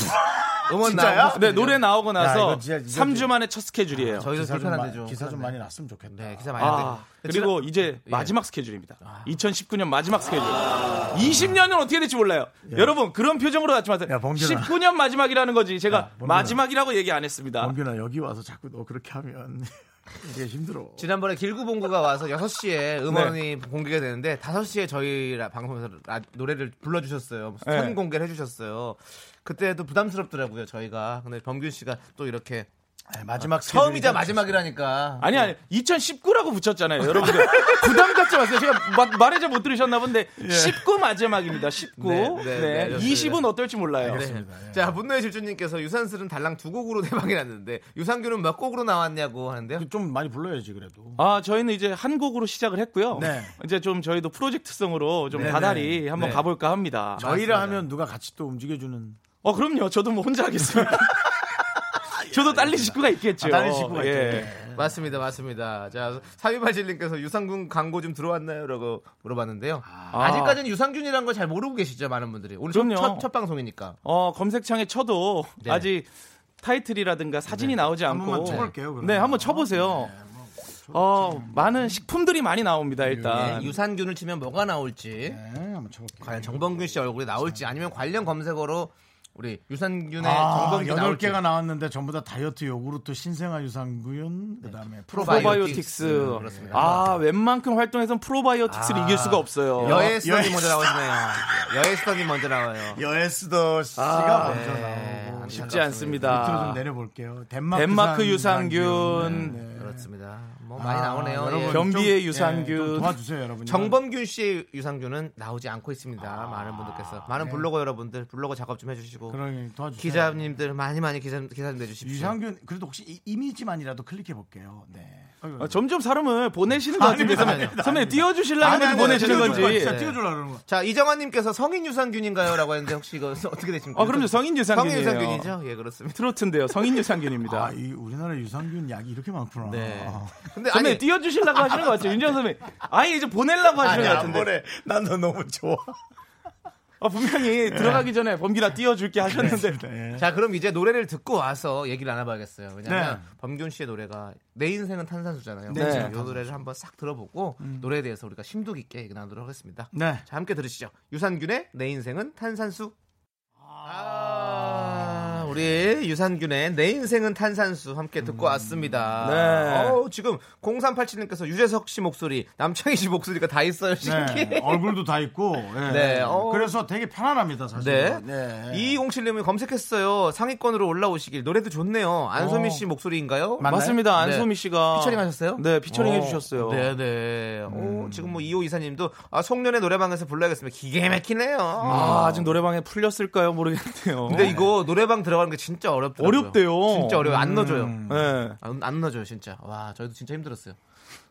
[SPEAKER 2] 음원
[SPEAKER 1] 진짜요?
[SPEAKER 2] 나오고
[SPEAKER 8] 네, 노래 나오고
[SPEAKER 1] 야,
[SPEAKER 8] 나서
[SPEAKER 1] 이거 진짜- 아, 이거
[SPEAKER 8] 3주 만에 첫 스케줄이에요.
[SPEAKER 2] 저희도
[SPEAKER 1] 기사 좀,
[SPEAKER 2] 불편한데
[SPEAKER 1] 많이
[SPEAKER 2] 좀
[SPEAKER 1] 기사 좀
[SPEAKER 2] 그렇네.
[SPEAKER 1] 많이 났으면 좋겠다.
[SPEAKER 2] 네, 기사 많이 났는데.
[SPEAKER 8] 아, 그리고 이제
[SPEAKER 1] 예.
[SPEAKER 8] 마지막 스케줄입니다.
[SPEAKER 1] 아.
[SPEAKER 8] 2019년 마지막 스케줄. 20년은 어떻게 될지 몰라요. 여러분 그런 표정으로 하지 마세요.
[SPEAKER 1] 예. 야, 범균아.
[SPEAKER 8] 19년 마지막이라는 거지. 제가
[SPEAKER 1] 범균아.
[SPEAKER 8] 마지막이라고 얘기 안 했습니다.
[SPEAKER 1] 범균아 여기 와서 자꾸 너 그렇게 하면 이게 힘들어.
[SPEAKER 2] 지난번에 길구봉구가 와서 6시에
[SPEAKER 8] 네.
[SPEAKER 2] 음원이 공개가 되는데 5시에 저희 라- 방송에서 라- 노래를 불러주셨어요. 선
[SPEAKER 8] 네.
[SPEAKER 2] 공개를 해주셨어요. 그때도 부담스럽더라고요, 저희가. 근데 범균 씨가 또 이렇게 아,
[SPEAKER 1] 네, 마지막
[SPEAKER 2] 처음이자
[SPEAKER 1] 스케줄이죠.
[SPEAKER 2] 마지막이라니까.
[SPEAKER 8] 아니 아니 2019라고 붙였잖아요. 여러분들 부담 갖지 마세요. 제가 마- 말을 잘 못 들으셨나 본데 19 마지막입니다. 19.
[SPEAKER 2] 예. 네,
[SPEAKER 8] 네,
[SPEAKER 2] 네, 네, 그렇습니다.
[SPEAKER 8] 20은 어떨지 몰라요.
[SPEAKER 2] 네. 자, 분노의 질주님께서 유산슬은 달랑 두 곡으로 대박이 났는데 유산균은 몇 곡으로 나왔냐고 하는데요.
[SPEAKER 1] 좀 많이 불러야지 그래도.
[SPEAKER 8] 아 저희는 이제 한 곡으로 시작을 했고요.
[SPEAKER 1] 네.
[SPEAKER 8] 이제 좀 저희도 프로젝트성으로 좀 다달이 한번
[SPEAKER 2] 네.
[SPEAKER 8] 가볼까 합니다.
[SPEAKER 1] 저희라 하면 누가 같이 또 움직여주는
[SPEAKER 8] 어, 그럼요. 저도 뭐 혼자 하겠습니다. 저도 딸린 식구가 있겠죠. 예.
[SPEAKER 1] 아, 다른 식구가 있겠네.
[SPEAKER 2] 맞습니다, 맞습니다. 자, 사위발진님께서 유산균 광고 좀 들어왔나요? 라고 물어봤는데요. 아. 직까지는 유산균이라는 걸 잘 모르고 계시죠, 많은 분들이. 오늘 좀
[SPEAKER 8] 그럼요.
[SPEAKER 2] 첫, 첫 방송이니까.
[SPEAKER 8] 어, 검색창에 쳐도
[SPEAKER 2] 네.
[SPEAKER 8] 아직 타이틀이라든가 사진이 나오지 않고.
[SPEAKER 1] 번만 쳐볼게요, 그러면.
[SPEAKER 8] 네, 한번 쳐보세요. 어, 많은 식품들이 많이 나옵니다, 일단.
[SPEAKER 2] 네, 유산균을 치면 뭐가 나올지,
[SPEAKER 1] 네, 한번 쳐볼게요.
[SPEAKER 2] 과연 정범균 씨 얼굴이 나올지, 아니면 관련 검색어로 우리
[SPEAKER 8] 네,
[SPEAKER 2] 유산균의
[SPEAKER 1] 아,
[SPEAKER 2] 정범균
[SPEAKER 1] 여덟
[SPEAKER 2] 나올지.
[SPEAKER 1] 개가 나왔는데 전부 다 다이어트 요구르트 신생아 유산균
[SPEAKER 8] 네.
[SPEAKER 1] 그다음에
[SPEAKER 2] 프로바이오-
[SPEAKER 1] 프로바이오
[SPEAKER 8] 프로바이오틱스.
[SPEAKER 2] 음, 그렇습니다.
[SPEAKER 8] 아, 웬만큼 활동해선 프로바이오틱스를
[SPEAKER 2] 아.
[SPEAKER 8] 이길 수가 없어요.
[SPEAKER 2] 여예스턴이
[SPEAKER 1] 여예스턴.
[SPEAKER 2] 먼저 나오시네요. 여예스턴이 먼저 나와요.
[SPEAKER 1] 여에스더 씨가
[SPEAKER 2] 네,
[SPEAKER 1] 먼저 나오고
[SPEAKER 2] 안
[SPEAKER 8] 아, 쉽지 않습니다.
[SPEAKER 1] 밑으로 좀 내려볼게요. 덴마크,
[SPEAKER 8] 덴마크
[SPEAKER 1] 유산균. 네,
[SPEAKER 8] 유산균.
[SPEAKER 2] 그렇습니다. 뭐 많이 나오네요.
[SPEAKER 1] 아, 여러분
[SPEAKER 2] 예.
[SPEAKER 1] 좀,
[SPEAKER 8] 변비의
[SPEAKER 1] 예,
[SPEAKER 8] 유산균.
[SPEAKER 1] 좀 도와주세요, 여러분.
[SPEAKER 2] 정범균 씨의 유산균은 나오지 않고 있습니다.
[SPEAKER 8] 아,
[SPEAKER 2] 많은
[SPEAKER 8] 네.
[SPEAKER 2] 분들께서 많은 블로거 여러분들 블로거 작업 좀 해주시고
[SPEAKER 1] 그러니 도와주세요.
[SPEAKER 2] 기자님들 많이 많이 기사 기사 좀 내주십시오.
[SPEAKER 1] 유산균 그래도 혹시 이- 이미지만이라도 클릭해 볼게요. 네.
[SPEAKER 8] 아, 점점 사람을 보내시는 것 같은데
[SPEAKER 1] 아닙니다,
[SPEAKER 8] 선배님.
[SPEAKER 1] 아닙니다,
[SPEAKER 8] 선배님
[SPEAKER 1] 아닙니다.
[SPEAKER 8] 띄워주실라면
[SPEAKER 2] 아니, 아니, 아니,
[SPEAKER 8] 보내시는
[SPEAKER 2] 띄워줄 거예요,
[SPEAKER 8] 건지.
[SPEAKER 2] 진짜.
[SPEAKER 1] 진짜 띄워주라 그러는 거.
[SPEAKER 2] 자 이정환님께서 성인 유산균인가요?라고 했는데 혹시 이거 어떻게 되십니까?
[SPEAKER 8] 아, 그럼요. 성인 유산균이에요.
[SPEAKER 2] 성인 유산균이죠. 예 그렇습니다.
[SPEAKER 8] 트로트인데요. 성인 유산균입니다.
[SPEAKER 1] 아, 이 우리나라 유산균 약이 이렇게 많구나.
[SPEAKER 2] 네.
[SPEAKER 1] 아.
[SPEAKER 2] 근데
[SPEAKER 8] 선배님
[SPEAKER 2] 아니
[SPEAKER 8] 띄워주실라고 하시는 것 같아요. 윤정 선배님. 아예 이제 보내려고 하시는 것 네,
[SPEAKER 1] 뭐.
[SPEAKER 8] 같은데.
[SPEAKER 1] 난너 너무 좋아.
[SPEAKER 8] 아, 분명히 들어가기 전에 범기나 띄워줄게 하셨는데.
[SPEAKER 1] 네.
[SPEAKER 2] 자 그럼 이제 노래를 듣고 와서 얘기를 나눠봐야겠어요. 왜냐하면
[SPEAKER 1] 네.
[SPEAKER 2] 범균 씨의 노래가 내 인생은 탄산수잖아요.
[SPEAKER 1] 네.
[SPEAKER 2] 이 노래를 한번 싹 들어보고
[SPEAKER 8] 음.
[SPEAKER 2] 노래에 대해서 우리가 심도 깊게 얘기 나누도록 하겠습니다.
[SPEAKER 1] 네.
[SPEAKER 2] 자 함께 들으시죠. 유산균의 내 인생은 탄산수. 아, 우리 유산균의 내 인생은 탄산수 함께 듣고 왔습니다.
[SPEAKER 1] 음,
[SPEAKER 8] 네.
[SPEAKER 2] 어우, 지금 0387님께서 유재석 씨 목소리, 남창희 씨 목소리가 다 있어요. 신기해.
[SPEAKER 1] 네. 얼굴도 다 있고. 예.
[SPEAKER 2] 네, 어.
[SPEAKER 1] 그래서 되게 편안합니다, 사실.
[SPEAKER 2] 네.
[SPEAKER 1] 네.
[SPEAKER 2] 2207님이 검색했어요. 상위권으로 올라오시길. 노래도 좋네요. 안소미
[SPEAKER 1] 어.
[SPEAKER 2] 씨 목소리인가요?
[SPEAKER 1] 맞나요?
[SPEAKER 8] 맞습니다.
[SPEAKER 2] 네.
[SPEAKER 8] 안소미 씨가.
[SPEAKER 2] 피처링 하셨어요?
[SPEAKER 8] 네, 피처링 해주셨어요.
[SPEAKER 2] 네네. 오,
[SPEAKER 1] 음.
[SPEAKER 2] 지금 뭐 이호 이사님도 아, 송년회 노래방에서 불러야겠습니다. 기계 막히네요.
[SPEAKER 8] 아,
[SPEAKER 2] 어.
[SPEAKER 8] 아직 노래방에 풀렸을까요? 모르겠네요.
[SPEAKER 2] 근데 이거 노래방 들어가는 게 진짜 어렵더라고요.
[SPEAKER 8] 어렵대요.
[SPEAKER 2] 진짜 어려워. 요안 넣어줘요.
[SPEAKER 8] 네.
[SPEAKER 2] 안, 안 넣어줘요, 진짜. 와, 저희도 진짜 힘들었어요.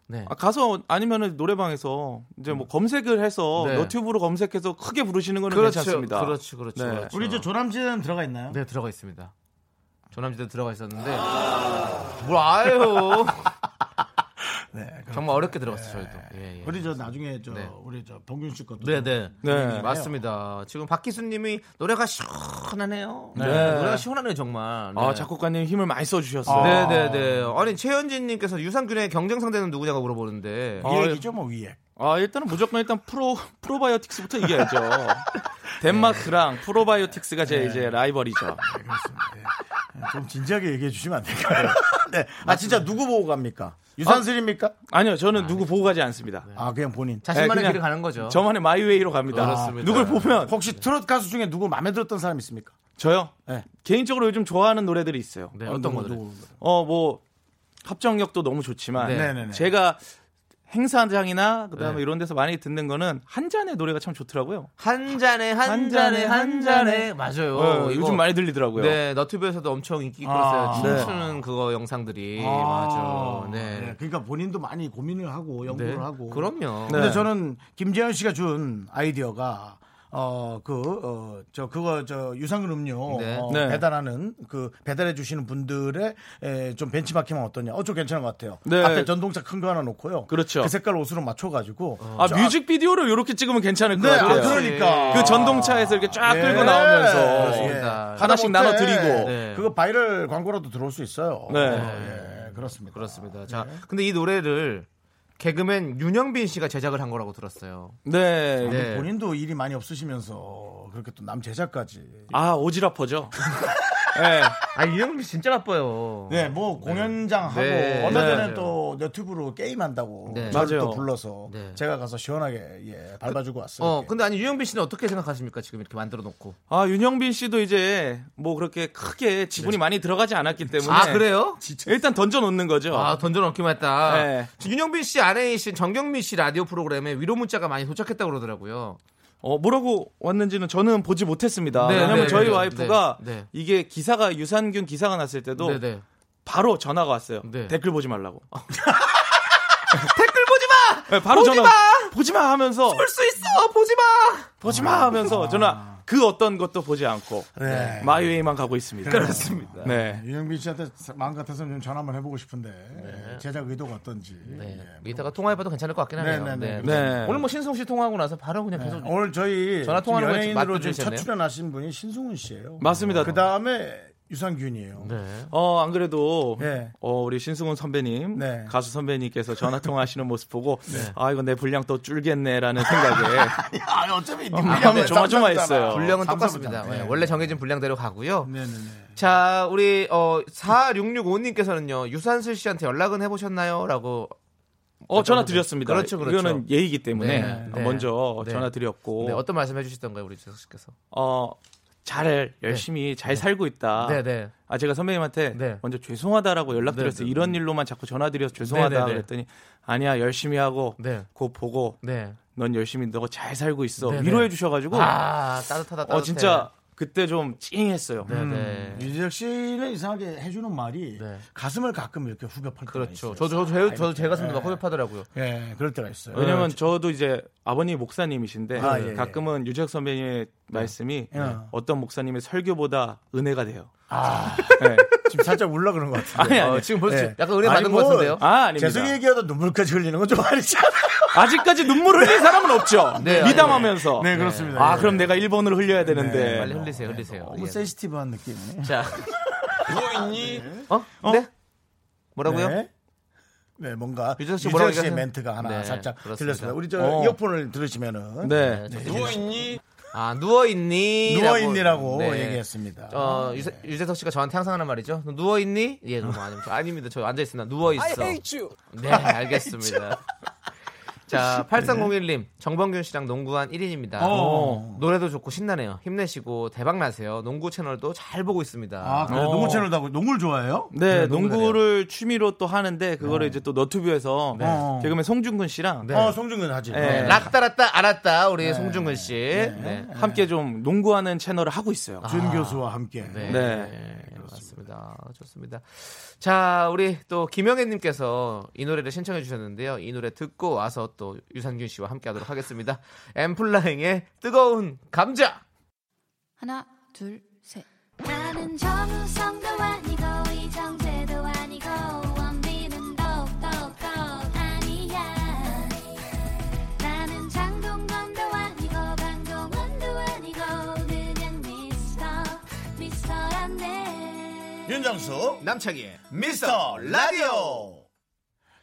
[SPEAKER 2] 네.
[SPEAKER 8] 아, 가서 아니면은 노래방에서 이제 뭐 검색을 해서
[SPEAKER 2] 네.
[SPEAKER 8] 너튜브로 검색해서 크게 부르시는
[SPEAKER 10] 네,
[SPEAKER 8] 거는 괜찮습니다.
[SPEAKER 2] 그렇죠, 그렇죠.
[SPEAKER 8] 네.
[SPEAKER 2] 그렇죠.
[SPEAKER 1] 우리 이제 조남지대는 들어가 있나요?
[SPEAKER 2] 네 들어가 있습니다. 조남지대 들어가 있었는데 뭘 아유
[SPEAKER 1] 네, 그렇죠.
[SPEAKER 2] 정말 어렵게 들어갔어요 저희도. 예, 예.
[SPEAKER 1] 우리 저 나중에 저
[SPEAKER 2] 네.
[SPEAKER 1] 우리 저 범균 씨 것도 좀
[SPEAKER 2] 네네.
[SPEAKER 8] 네.
[SPEAKER 2] 맞습니다. 지금 박기수님이 노래가 시원하네요.
[SPEAKER 8] 네.
[SPEAKER 2] 노래가 시원하네요 정말.
[SPEAKER 8] 아, 작곡가님 힘을 많이 써주셨어요.
[SPEAKER 1] 아.
[SPEAKER 2] 네네네. 아니 최현진님께서 유산균의 경쟁 상대는 누구냐고 물어보는데.
[SPEAKER 8] 아,
[SPEAKER 1] 위액이죠, 뭐 위액.
[SPEAKER 8] 아, 일단은 무조건 일단 프로, 프로바이오틱스부터 이겨야죠. 덴마크랑
[SPEAKER 2] 네.
[SPEAKER 8] 프로바이오틱스가 제 이제 라이벌이죠.
[SPEAKER 1] 네, 그렇습니다. 네. 좀 진지하게 얘기해 주시면 안 될까요? 네. 아 진짜 누구 보고 갑니까? 유산슬입니까?
[SPEAKER 8] 아니요, 저는 누구 보고 가지 않습니다.
[SPEAKER 1] 아 그냥 본인.
[SPEAKER 8] 네,
[SPEAKER 2] 자신만의
[SPEAKER 8] 그냥
[SPEAKER 2] 길을 가는 거죠.
[SPEAKER 8] 저만의 마이웨이로 갑니다.
[SPEAKER 2] 그렇습니다.
[SPEAKER 8] 누굴 보면
[SPEAKER 1] 혹시 트롯 가수 중에 누구 마음에 들었던 사람 있습니까?
[SPEAKER 8] 저요.
[SPEAKER 1] 네.
[SPEAKER 8] 개인적으로 요즘 좋아하는 노래들이 있어요.
[SPEAKER 2] 네, 어떤
[SPEAKER 1] 누구,
[SPEAKER 2] 거들?
[SPEAKER 1] 누구.
[SPEAKER 8] 어, 뭐 합정력도 너무 좋지만
[SPEAKER 2] 네.
[SPEAKER 1] 네네네.
[SPEAKER 8] 제가 행사장이나 그다음에
[SPEAKER 2] 네.
[SPEAKER 8] 이런 데서 많이 듣는 거는 한 잔의 노래가 참 좋더라고요.
[SPEAKER 2] 한 잔에
[SPEAKER 8] 한
[SPEAKER 2] 한 잔에
[SPEAKER 8] 잔에,
[SPEAKER 2] 한 잔에 맞아요.
[SPEAKER 8] 어,
[SPEAKER 2] 이거-
[SPEAKER 8] 요즘 많이 네. 들리더라고요.
[SPEAKER 2] 네, 너튜브에서도 엄청 인기 끌었어요.
[SPEAKER 1] 아,
[SPEAKER 2] 춤추는 그거 영상들이
[SPEAKER 1] 아,
[SPEAKER 2] 맞아. 예, 네.
[SPEAKER 1] 그러니까 본인도 많이 고민을 하고 연구를
[SPEAKER 2] 네.
[SPEAKER 1] 하고.
[SPEAKER 2] 그럼요.
[SPEAKER 8] 네.
[SPEAKER 1] 근데 저는 김재현 씨가 준 아이디어가 어그어저 그거 저 유산균 음료
[SPEAKER 2] 네.
[SPEAKER 1] 어,
[SPEAKER 8] 네.
[SPEAKER 1] 배달하는 그 배달해 주시는 분들의 에, 좀 벤치마킹은 어떠냐? 어저 괜찮은 것 같아요.
[SPEAKER 8] 네.
[SPEAKER 1] 앞에 전동차 큰 거 하나 놓고요.
[SPEAKER 8] 그렇죠.
[SPEAKER 1] 그 색깔 옷으로 맞춰가지고
[SPEAKER 8] 아,
[SPEAKER 1] 저
[SPEAKER 8] 뮤직비디오를 이렇게 찍으면 괜찮을 것
[SPEAKER 1] 네, 아,
[SPEAKER 8] 같아요.
[SPEAKER 1] 그러니까.
[SPEAKER 8] 그 전동차에서 이렇게 쫙
[SPEAKER 1] 예.
[SPEAKER 8] 끌고 나오면서
[SPEAKER 1] 예.
[SPEAKER 8] 하나씩
[SPEAKER 1] 하다 못해
[SPEAKER 8] 나눠드리고.
[SPEAKER 2] 네.
[SPEAKER 1] 그거 바이럴 광고라도 들어올 수 있어요.
[SPEAKER 8] 네.
[SPEAKER 1] 어, 예, 그렇습니다.
[SPEAKER 2] 그렇습니다. 자, 근데 이 노래를 개그맨 윤영빈 씨가 제작을 한 거라고 들었어요.
[SPEAKER 8] 네.
[SPEAKER 2] 네.
[SPEAKER 1] 본인도 일이 많이 없으시면서 그렇게 또 남 제자까지.
[SPEAKER 8] 아 오지라퍼죠. 네.
[SPEAKER 2] 아, 윤영빈 씨 진짜 바빠요.
[SPEAKER 1] 네, 뭐 공연장 하고
[SPEAKER 2] 어. 네.
[SPEAKER 1] 얼마 전에
[SPEAKER 2] 네.
[SPEAKER 1] 또 유튜브로 게임 한다고
[SPEAKER 2] 네.
[SPEAKER 1] 저를 또
[SPEAKER 8] 맞아요.
[SPEAKER 1] 불러서
[SPEAKER 2] 네.
[SPEAKER 1] 제가 가서 시원하게 예, 밟아주고 왔어요.
[SPEAKER 2] 어,
[SPEAKER 1] 이렇게.
[SPEAKER 2] 근데 아니 윤영빈 씨는 어떻게 생각하십니까? 지금 이렇게 만들어 놓고.
[SPEAKER 8] 아 윤영빈 씨도 이제 뭐 그렇게 크게 지분이 많이 들어가지 않았기 때문에
[SPEAKER 2] 아, 그래요?
[SPEAKER 8] 일단 던져 놓는 거죠.
[SPEAKER 2] 아, 던져 넣기만 했다.
[SPEAKER 8] 네.
[SPEAKER 2] 지금 윤영빈 씨 아내이 신 정경민 씨 라디오 프로그램에 위로 문자가 많이 도착했다고 그러더라고요.
[SPEAKER 8] 어, 뭐라고 왔는지는 저는 보지 못했습니다.
[SPEAKER 2] 네,
[SPEAKER 8] 왜냐면
[SPEAKER 2] 네,
[SPEAKER 8] 저희
[SPEAKER 2] 네,
[SPEAKER 8] 와이프가
[SPEAKER 2] 네, 네.
[SPEAKER 8] 이게 기사가 유산균 기사가 났을 때도
[SPEAKER 2] 네, 네.
[SPEAKER 8] 바로 전화가 왔어요.
[SPEAKER 2] 네.
[SPEAKER 8] 댓글 보지 말라고.
[SPEAKER 2] 댓글 보지 마.
[SPEAKER 8] 네, 바로
[SPEAKER 2] 보지
[SPEAKER 8] 전화
[SPEAKER 2] 마!
[SPEAKER 8] 보지 마 하면서
[SPEAKER 2] 볼 수 아. 있어. 보지 마.
[SPEAKER 8] 보지 마 하면서 저는 그 어떤 것도 보지 않고
[SPEAKER 2] 그,
[SPEAKER 1] 네.
[SPEAKER 8] 마이웨이만 가고 있습니다. 그렇습니다. 네.
[SPEAKER 1] 윤영빈 씨한테 마음 같아서는 좀 전화 한번 해보고 싶은데 예, 제작 의도가 어떤지.
[SPEAKER 2] 네.
[SPEAKER 1] 예.
[SPEAKER 2] 이따가 통화해봐도 괜찮을 것 같긴 하네요.
[SPEAKER 1] 네, 네, 네.
[SPEAKER 8] 네.
[SPEAKER 2] 오늘 뭐 신성 씨 통화하고 나서 바로 그냥 계속
[SPEAKER 1] 오늘 저희
[SPEAKER 2] 전화
[SPEAKER 1] 지금
[SPEAKER 2] 통화하는 거에 지금
[SPEAKER 1] 연예인으로
[SPEAKER 2] 맞춰주셨네요.
[SPEAKER 1] 지금 첫 출연하신 분이 신승훈 씨예요.
[SPEAKER 8] 맞습니다.
[SPEAKER 1] 그 다음에 유산균이에요.
[SPEAKER 2] 네.
[SPEAKER 8] 어, 안 그래도
[SPEAKER 1] 네.
[SPEAKER 8] 어, 우리 신승훈 선배님,
[SPEAKER 1] 네.
[SPEAKER 8] 가수 선배님께서 전화 통화하시는 모습 보고
[SPEAKER 2] 네.
[SPEAKER 8] 아, 이거 내 분량 또 줄겠네라는 생각에
[SPEAKER 1] 아, 어차피 니
[SPEAKER 8] 마음이 조마조마했어요.
[SPEAKER 2] 분량은
[SPEAKER 1] 삼성부터.
[SPEAKER 2] 똑같습니다.
[SPEAKER 1] 네. 음.
[SPEAKER 2] 예, 원래 정해진 분량대로 가고요.
[SPEAKER 1] 네네네.
[SPEAKER 2] 자, 우리 어 4665님께서는요. 유산슬 씨한테 연락은 해보셨나요? 라고
[SPEAKER 8] 어, 전화 드렸습니다.
[SPEAKER 2] 그렇죠, 그렇죠.
[SPEAKER 8] 이거는 예의이기 때문에
[SPEAKER 2] 네, 네.
[SPEAKER 8] 먼저
[SPEAKER 2] 네.
[SPEAKER 8] 전화 드렸고
[SPEAKER 2] 네, 어떤 말씀 해주시던가요, 우리 주석 씨께서?
[SPEAKER 8] 어 잘 열심히 잘 살고 있다.
[SPEAKER 2] 네, 네.
[SPEAKER 8] 아 제가 선배님한테
[SPEAKER 1] 어.
[SPEAKER 8] 먼저 죄송하다라고 연락드렸어요. 이런 일로만 자꾸 전화드려서 죄송하다
[SPEAKER 2] 네, 네, 네.
[SPEAKER 8] 그랬더니 아니야 열심히 하고
[SPEAKER 2] 네.
[SPEAKER 8] 그거 보고
[SPEAKER 2] 네.
[SPEAKER 8] 넌 열심히 너가 잘 살고 있어
[SPEAKER 2] 네, 네.
[SPEAKER 8] 위로해 주셔가지고
[SPEAKER 2] 아, 네. 따뜻하다, 따뜻해.
[SPEAKER 8] 어 진짜 그때 좀 찡했어요.
[SPEAKER 2] 네, 네.
[SPEAKER 1] 유재석 씨는 이상하게 해주는 말이 가슴을 가끔 이렇게 후벼 팔 때가
[SPEAKER 2] 그렇죠.
[SPEAKER 1] 있어요.
[SPEAKER 2] 저도 저도 제, 저도 제 가슴도 막 네.
[SPEAKER 1] 예.
[SPEAKER 2] 허접하더라고요.
[SPEAKER 1] 예, 그럴 때가 있어요.
[SPEAKER 8] 왜냐면 저도 이제 아버님이 목사님이신데
[SPEAKER 1] 아, 예, 예.
[SPEAKER 8] 가끔은 유재석
[SPEAKER 2] 네.
[SPEAKER 8] 선배님의 말씀이
[SPEAKER 1] 예.
[SPEAKER 8] 어떤 목사님의 설교보다 은혜가 돼요.
[SPEAKER 1] 아,
[SPEAKER 8] 네.
[SPEAKER 1] 지금 살짝 울라 그런 것 같은데.
[SPEAKER 8] 아니 아니
[SPEAKER 2] 어, 지금 벌써
[SPEAKER 1] 예.
[SPEAKER 2] 약간 은혜 받은
[SPEAKER 1] 아니,
[SPEAKER 2] 것
[SPEAKER 1] 뭐,
[SPEAKER 2] 같은데요.
[SPEAKER 8] 아 아닙니다.
[SPEAKER 1] 재석 얘기하다 눈물까지 흘리는 건 좀 아니잖아요.
[SPEAKER 8] 아직까지 눈물 흘린 사람은 없죠.
[SPEAKER 2] 네,
[SPEAKER 8] 미담하면서.
[SPEAKER 1] 네, 그렇습니다.
[SPEAKER 8] 아
[SPEAKER 1] 예.
[SPEAKER 8] 그럼 내가 1번을 흘려야
[SPEAKER 2] 네,
[SPEAKER 8] 되는데.
[SPEAKER 2] 빨리 흘리세요, 흘리세요.
[SPEAKER 1] 너무
[SPEAKER 2] 예.
[SPEAKER 1] 센시티브한 느낌이네.
[SPEAKER 2] 자, 어?
[SPEAKER 1] 어?
[SPEAKER 2] 네? 뭐라고요?
[SPEAKER 1] 네. 네, 뭔가
[SPEAKER 2] 유재석 씨 뭐라고
[SPEAKER 1] 유재석 씨의
[SPEAKER 2] 얘기하세요?
[SPEAKER 1] 멘트가 하나
[SPEAKER 2] 네,
[SPEAKER 1] 살짝
[SPEAKER 2] 그렇습니다.
[SPEAKER 1] 들렸습니다. 우리 저
[SPEAKER 8] 어.
[SPEAKER 1] 이어폰을 들으시면은
[SPEAKER 8] 네.
[SPEAKER 2] 아 누워 있니? 네.
[SPEAKER 1] 누워있니라고 얘기했습니다.
[SPEAKER 8] 아,
[SPEAKER 2] 어
[SPEAKER 8] 네.
[SPEAKER 2] 유재, 유재석 씨가 저한테 항상 하는 말이죠. 너 누워 있니? 예, 뭐 아니, 아닙니다. 저 앉아 있습니다. 누워 있어. 네, 알겠습니다. 자, 8301님, 정범균 씨랑 농구한 1인입니다.
[SPEAKER 1] 어.
[SPEAKER 2] 노래도 좋고 신나네요. 힘내시고 대박 나세요. 농구 채널도 잘 보고 있습니다.
[SPEAKER 1] 아, 그래
[SPEAKER 8] 어.
[SPEAKER 1] 농구 채널도 하고 농구를 좋아해요?
[SPEAKER 8] 네,
[SPEAKER 2] 네,
[SPEAKER 8] 농구를 취미로 또 하는데 그거를 이제 또 너튜브에서 어.
[SPEAKER 1] 네.
[SPEAKER 8] 개그맨 송중근 씨랑
[SPEAKER 1] 어, 송중근 하지.
[SPEAKER 8] 네.
[SPEAKER 2] 네. 락다랐다 알았다 우리 송중근 씨. 네.
[SPEAKER 8] 함께 좀 농구하는 채널을 하고 있어요.
[SPEAKER 1] 준 교수와 함께.
[SPEAKER 2] 네.
[SPEAKER 8] 아. 네.
[SPEAKER 2] 그렇습니다. 좋습니다. 자, 우리 또 김영애님께서 이 노래를 신청해 주셨는데요. 이 노래 듣고 와서 또 유산균 씨와 함께 하도록 하겠습니다. 엠플라잉의 뜨거운 감자!
[SPEAKER 4] 하나, 둘, 셋. 나는 정우성도 아니고 이정재도 아니고 원빈은 더욱더 아니야. 나는 장동건도 아니고 강동원도 아니고 그냥 미스터 미스터란데.
[SPEAKER 1] 윤정수
[SPEAKER 2] 남창희의
[SPEAKER 1] 미스터 라디오.